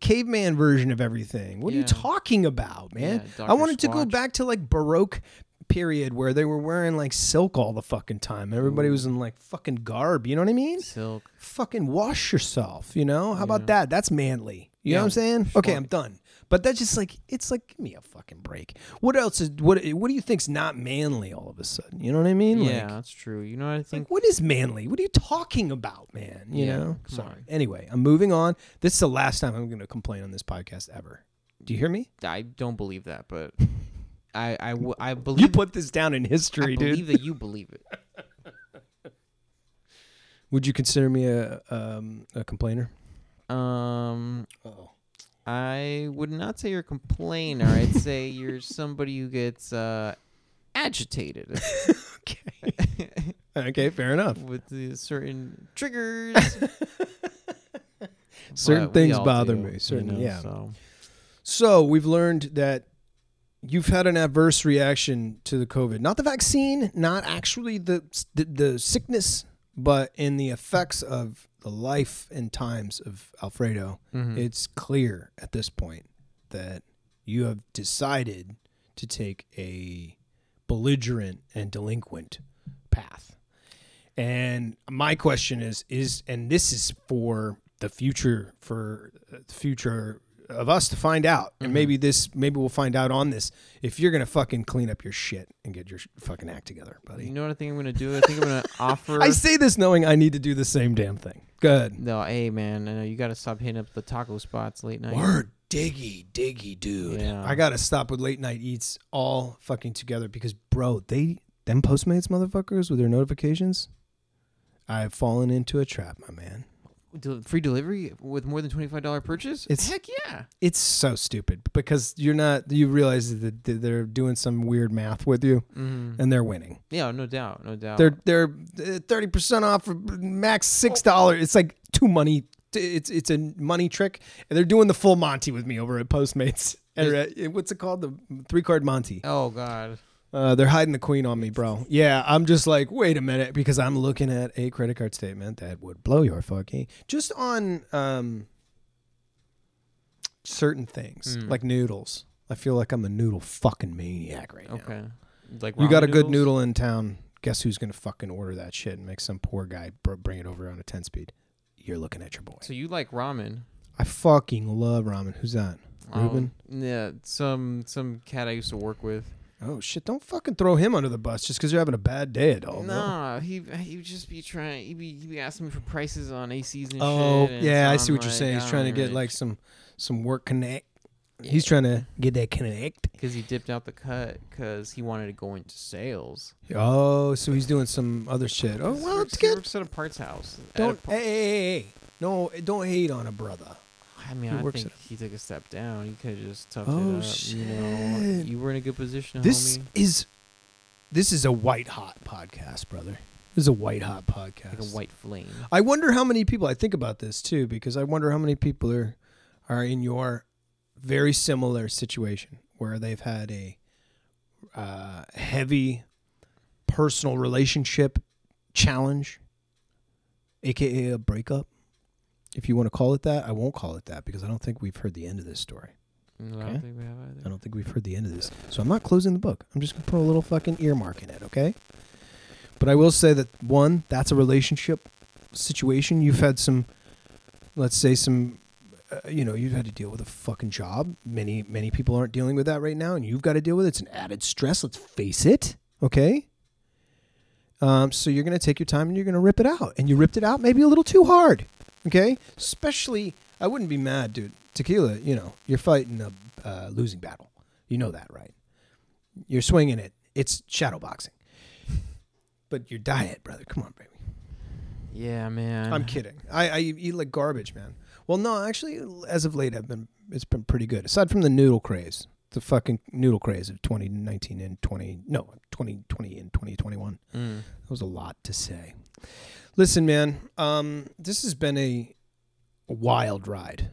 caveman version of everything. What are you
Yeah.
talking about, man?
Yeah,
I
Dr.
wanted to go
Squatch.
back to like Baroque period where they were wearing like silk all the fucking time. Everybody was in like fucking garb. You know what I mean?
Silk.
Fucking wash yourself. You know? How about that? That's manly. You know
Yeah,
what I'm saying? Okay, I'm done. But that's just like it's like give me a fucking break. What else is what? What do you think's not manly all of a sudden? You know what I mean?
Yeah,
Like,
that's true. You know what I think?
like, what is manly? What are you talking about, man? You
Yeah,
know?
come
Sorry.
on.
Anyway, I'm moving on. This is the last time I'm going to complain on this podcast ever. Do you hear me?
I don't believe that, but I I, w- I believe
You put this down in
I
history,
believe
dude.
that you believe it.
Would you consider me a um, a complainer?
Um,
Oh,
I would not say you're a complainer. I'd say you're somebody who gets uh, agitated
okay. okay, fair enough.
with the certain triggers.
Certain
But we
things
all
bother
do,
me.
you
Certain,
know,
yeah.
So.
So we've learned that you've had an adverse reaction to the COVID, not the vaccine, not actually the the, the sickness, but in the effects of the life and times of Alfredo.
Hmm.
It's clear at this point that you have decided to take a belligerent and delinquent path. And my question is is and this is for the future for uh, the future of us to find out. And maybe this maybe we'll find out on this if you're going to fucking clean up your shit and get your sh- fucking act together,
You
buddy.
know what I think I'm gonna do? I think I'm gonna offer.
I say this knowing I need to do the same damn thing. Good.
no, hey man, I know you gotta stop hitting up the taco spots late night.
Word diggy diggy dude.
Yeah.
I gotta stop with late night eats all fucking together because bro, they them Postmates motherfuckers with their notifications. I've fallen into a trap, my man.
Del- free delivery with more than twenty five dollar purchase.
It's-
heck yeah.
It's so stupid because you're not you realize that th- they're doing some weird math with you
Mm.
and they're winning.
Yeah, no doubt, no doubt.
They're they're thirty percent off for max six dollars. It's like two money. It's it's a money trick, and they're doing the full Monty with me over at Postmates. Or at, what's it called? The three card Monty.
oh god.
Uh, they're hiding the queen on me, bro. Yeah, I'm just like, wait a minute, because I'm looking at a credit card statement that would blow your fucking just on um certain things
Mm.
like noodles. I feel like I'm a noodle fucking maniac right now.
Okay. Like
You
ramen
got a good
noodles?
noodle in town. Guess who's gonna fucking order that shit and make some poor guy br- bring it over on a ten speed? You're looking at your boy.
So you like ramen?
I fucking love ramen. Who's that? Reuben?
Um, yeah, some some cat I used to work with.
Oh shit! Don't fucking throw him under the bus just because you're having a bad day at all. bro.
Nah, he he would just be trying. He'd be, he'd be asking me for prices on ACs and
Oh
shit. and
yeah,
so
I see
I'm
what you're
like,
saying. He's
I
trying to
don't
get
really-
like some some work connect. He's trying to get that connect.
Because he dipped out the cut because he wanted to go into sales.
Oh, so he's doing some other shit. Oh
He
well,
works-
it's
he
good.
works at a parts house. at a
Don't
par-
hey, hey, hey, hey. no, don't hate on a brother.
I mean,
he
I
works
think
at
he took a step down. He could have just toughed
Oh,
it up. You know,
shit.
you were in a good position,
This
homie.
is this is a white hot podcast, brother. This is a white hot podcast.
Like a white flame.
I wonder how many people. I think about this too because I wonder how many people are are in your very similar situation where they've had a uh, heavy personal relationship challenge, aka a breakup. If you want to call it that, I won't call it that because I don't think we've heard the end of this story.
No, I
Okay.
don't think we have
I
either.
don't think we've heard the end of this. So I'm not closing the book. I'm just going to put a little fucking earmark in it, okay? But I will say that one, that's a relationship situation. You've had some, let's say, some, uh, you know, you've had to deal with a fucking job. Many, many people aren't dealing with that right now, and you've got to deal with it. It's an added stress. Let's face it, okay? Um, so you're going to take your time and you're going to rip it out. And you ripped it out maybe a little too hard, okay? Especially, I wouldn't be mad, dude. Tequila, you know, you're fighting a uh, losing battle. You know that, right? You're swinging it. It's shadow boxing. But your diet, brother. Come on, baby.
Yeah, man.
I'm kidding. I, I eat like garbage, man. Well, no, actually, as of late, I've been it's been pretty good. Aside from the noodle craze, the fucking noodle craze of 2019 and 20 no 2020 and 2021.
Mm.
That was a lot to say. Listen, man, um, this has been a, a wild ride,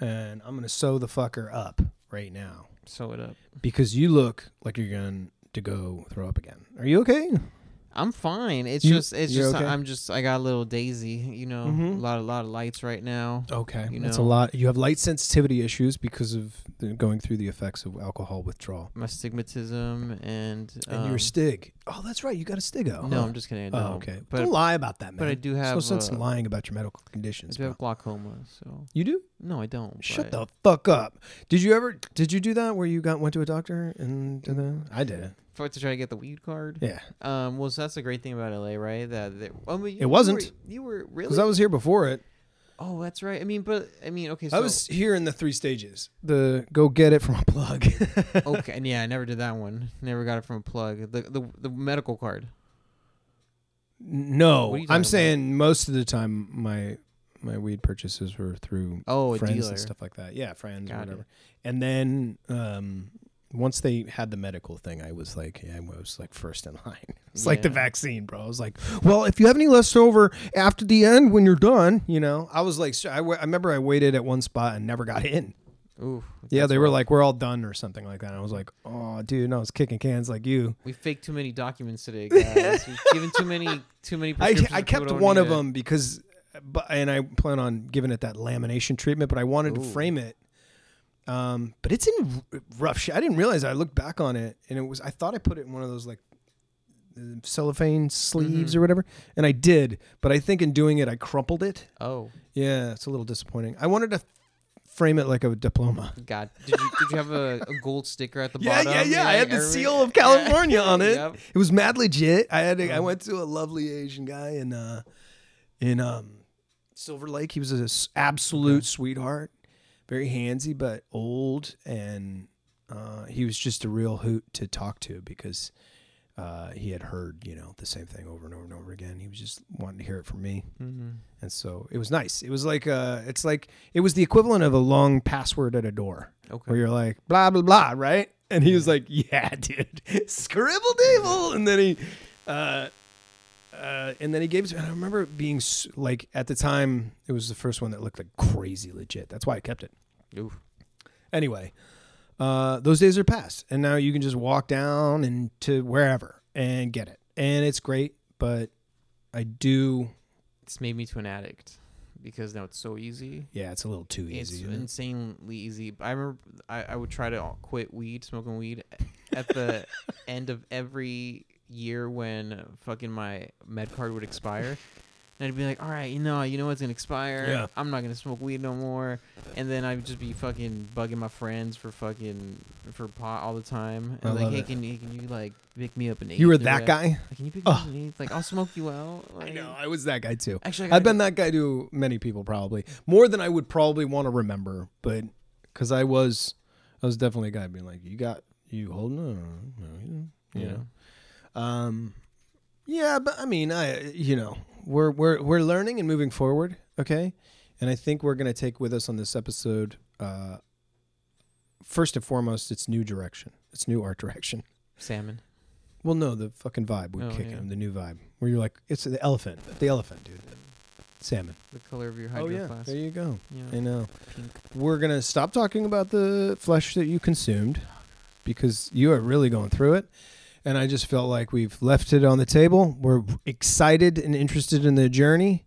and I'm gonna sew the fucker up right now
Sew it up.
because you look like you're going to go throw up again. Are you okay?
I'm fine. It's
You-
just it's
you're
just
okay?
I'm just I got a little daisy. You know,
Mhm.
a lot a lot of lights right now.
Okay,
You
that's a
know.
lot. You have light sensitivity issues because of the, going through the effects of alcohol withdrawal.
My stigmatism and
And
um,
your stig. Oh, that's right. You got a stigo.
no,
huh?
I'm just kidding. I
Oh,
don't.
okay.
But
don't lie about that, man.
but I do have
There's no sense in
uh,
lying about your medical
I
conditions.
do have
bro.
glaucoma. So
You do?
no, I don't.
Shut
but
the fuck up. Did you ever? Did you do that where you got went to a doctor and did that? I did it.
For to try to get the weed card.
Yeah,
Um. Well, so that's the great thing about LA, right? That, that I mean, you-
It wasn't.
You were, you were really.
because I was here before it.
oh, that's right. I mean, but I mean, okay. So
I was here in the three stages. The go get it from a plug.
okay. And yeah, I never did that one. Never got it from a plug. The the, the medical card.
no,
What are you talking
I'm
about?
saying most of the time my my weed purchases were through
Oh, a
friends
dealer.
and stuff like that. Yeah, friends or
Got it.
whatever. And then um, once they had the medical thing, I was like, yeah, I was like first in line. It's like the
Yeah.
vaccine, bro. I was like, well, if you have any left over after the end when you're done, you know, I was like, so I, w- I remember I waited at one spot and never got in.
Ooh.
Yeah,
that's
they were
rough.
like, we're all done or something like that. And I was like, oh, dude, and I was kicking cans like you.
We faked too many documents today, guys. We've given too many too many.
I,
prescriptions
I
for
kept
people who
one
don't
of
need it.
them because, but and I plan on giving it that lamination treatment, but I wanted to
Ooh.
frame it. Um, but it's in r- rough shape. I didn't realize. I looked back on it, and it was. I thought I put it in one of those like uh, cellophane sleeves
Mm-hmm.
or whatever, and I did. But I think in doing it, I crumpled it.
Oh
Yeah, it's a little disappointing. I wanted to frame it like a diploma.
God! Did you did you have a, a gold sticker at the
Yeah,
bottom?
yeah, yeah. I had the
every-
seal of
yeah.
California on it.
Yep. Uh-huh.
It was mad legit. I had a, I went to a lovely Asian guy in uh in um Silver Lake. He was an absolute sweetheart, very handsy but old, and uh, he was just a real hoot to talk to because uh, he had heard you know the same thing over and over and over again. He was just wanting to hear it from me,
Mhm.
and so it was nice. It was like uh, it's like it was the equivalent of a long password at a door where
Okay.
you're like blah blah blah, right? And he was like, "Yeah, dude, scribble devil." And then he, uh, uh, and then he gave it. to me. And I remember it being s- like at the time, it was the first one that looked like crazy legit. That's why I kept it.
Oof.
Anyway, uh, those days are past, and now you can just walk down and to wherever and get it, and it's great. But I do,
It's made me to an addict because now it's so easy.
yeah, it's a little too easy.
it's
isn't it?
insanely easy. I remember I, I would try to quit weed, smoking weed, at the end of every year when fucking my med card would expire. And I'd be like, all right, you know, you know what's gonna expire.
Yeah.
I'm not gonna smoke weed no more. And then I'd just be fucking bugging my friends for fucking for pot all the time. And
I
like,
love
hey,
it.
can you can you like pick me up an eight?
You were
or
that
whatever?
guy.
Like, can you pick me
Ugh.
up an eight? Like I'll smoke you out. Like,
I know, I was that guy too.
Actually, I
I've
gotta
been that guy to many people probably more than I would probably want to remember, but because I was, I was definitely a guy being like, "You got you holding on,
go-
you
Yeah.
know." Um, yeah, but I mean, I you know, we're we're we're learning and moving forward, okay? And I think we're gonna take with us on this episode, uh, first and foremost, it's new direction, it's new art direction.
Salmon.
Well, no, the fucking vibe we're
Oh,
kicking,
yeah.
the new vibe where you're like, it's the elephant, the elephant, dude, salmon.
The color of your
Oh
hydro
yeah,
flask.
there you go. I
Yeah.
know.
Pink.
We're gonna stop talking about the flesh that you consumed because you are really going through it. And I just felt like we've left it on the table. We're excited and interested in the journey.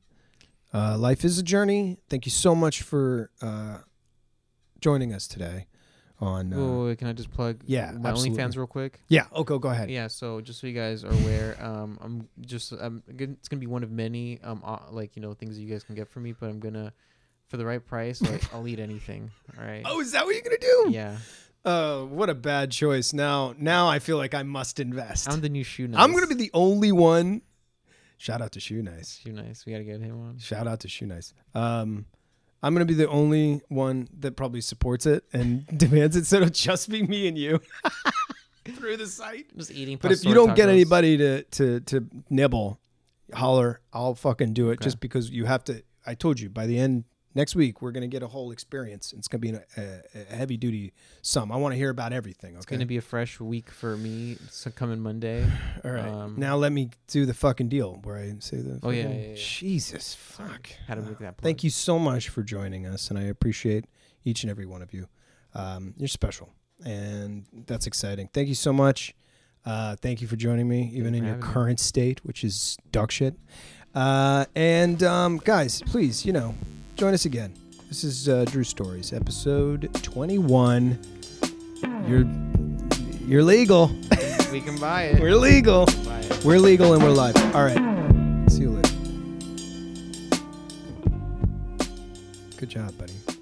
Uh, life is a journey. Thank you so much for uh, joining us today. On uh,
Wait, wait, wait, can I just plug
Yeah,
my
absolutely.
OnlyFans real quick?
yeah, okay, go ahead.
Yeah, so just so you guys are aware, um, I'm just I'm gonna, it's gonna be one of many um uh, like you know things that you guys can get from me, but I'm gonna for the right price, like I'll eat anything. All right.
Oh, is that what you're gonna do?
Yeah,
Oh, what a bad choice. Now, now I feel like I must invest.
I'm the new shoe nice.
I'm gonna be the only one. Shout out to Shoe Nice.
shoe nice. We gotta get him on.
Shout out to Shoe Nice. Um, I'm gonna be the only one that probably supports it and demands it, so it'll just be me and you through the site.
Just eating.
But if you
pastor
don't get
tacos.
anybody to to to nibble, holler, I'll fucking do it. Just because you have to. I told you by the end next week we're gonna get a whole experience. It's gonna be an, a, a heavy duty sum. I want to hear about everything.
it's gonna
Okay.
be a fresh week for me. So coming Monday.
All right.
um,
now let me do the fucking deal where I say the.
Oh, yeah,
fucking-
yeah, yeah, yeah.
Jesus fuck.
How to make that? Plug.
Thank you so much for joining us, and I appreciate each and every one of you. Um, you're special, and that's exciting. Thank you so much. Uh, thank you for joining me, even in
you
your
for having me.
current state, which is dog shit. Uh, and um, guys, please, you know, join us again. This is uh, Drew Stories, episode 21. You're you're legal.
we can buy it.
We're legal.
buy it.
We're legal and we're live. All right. See you later. Good job, buddy.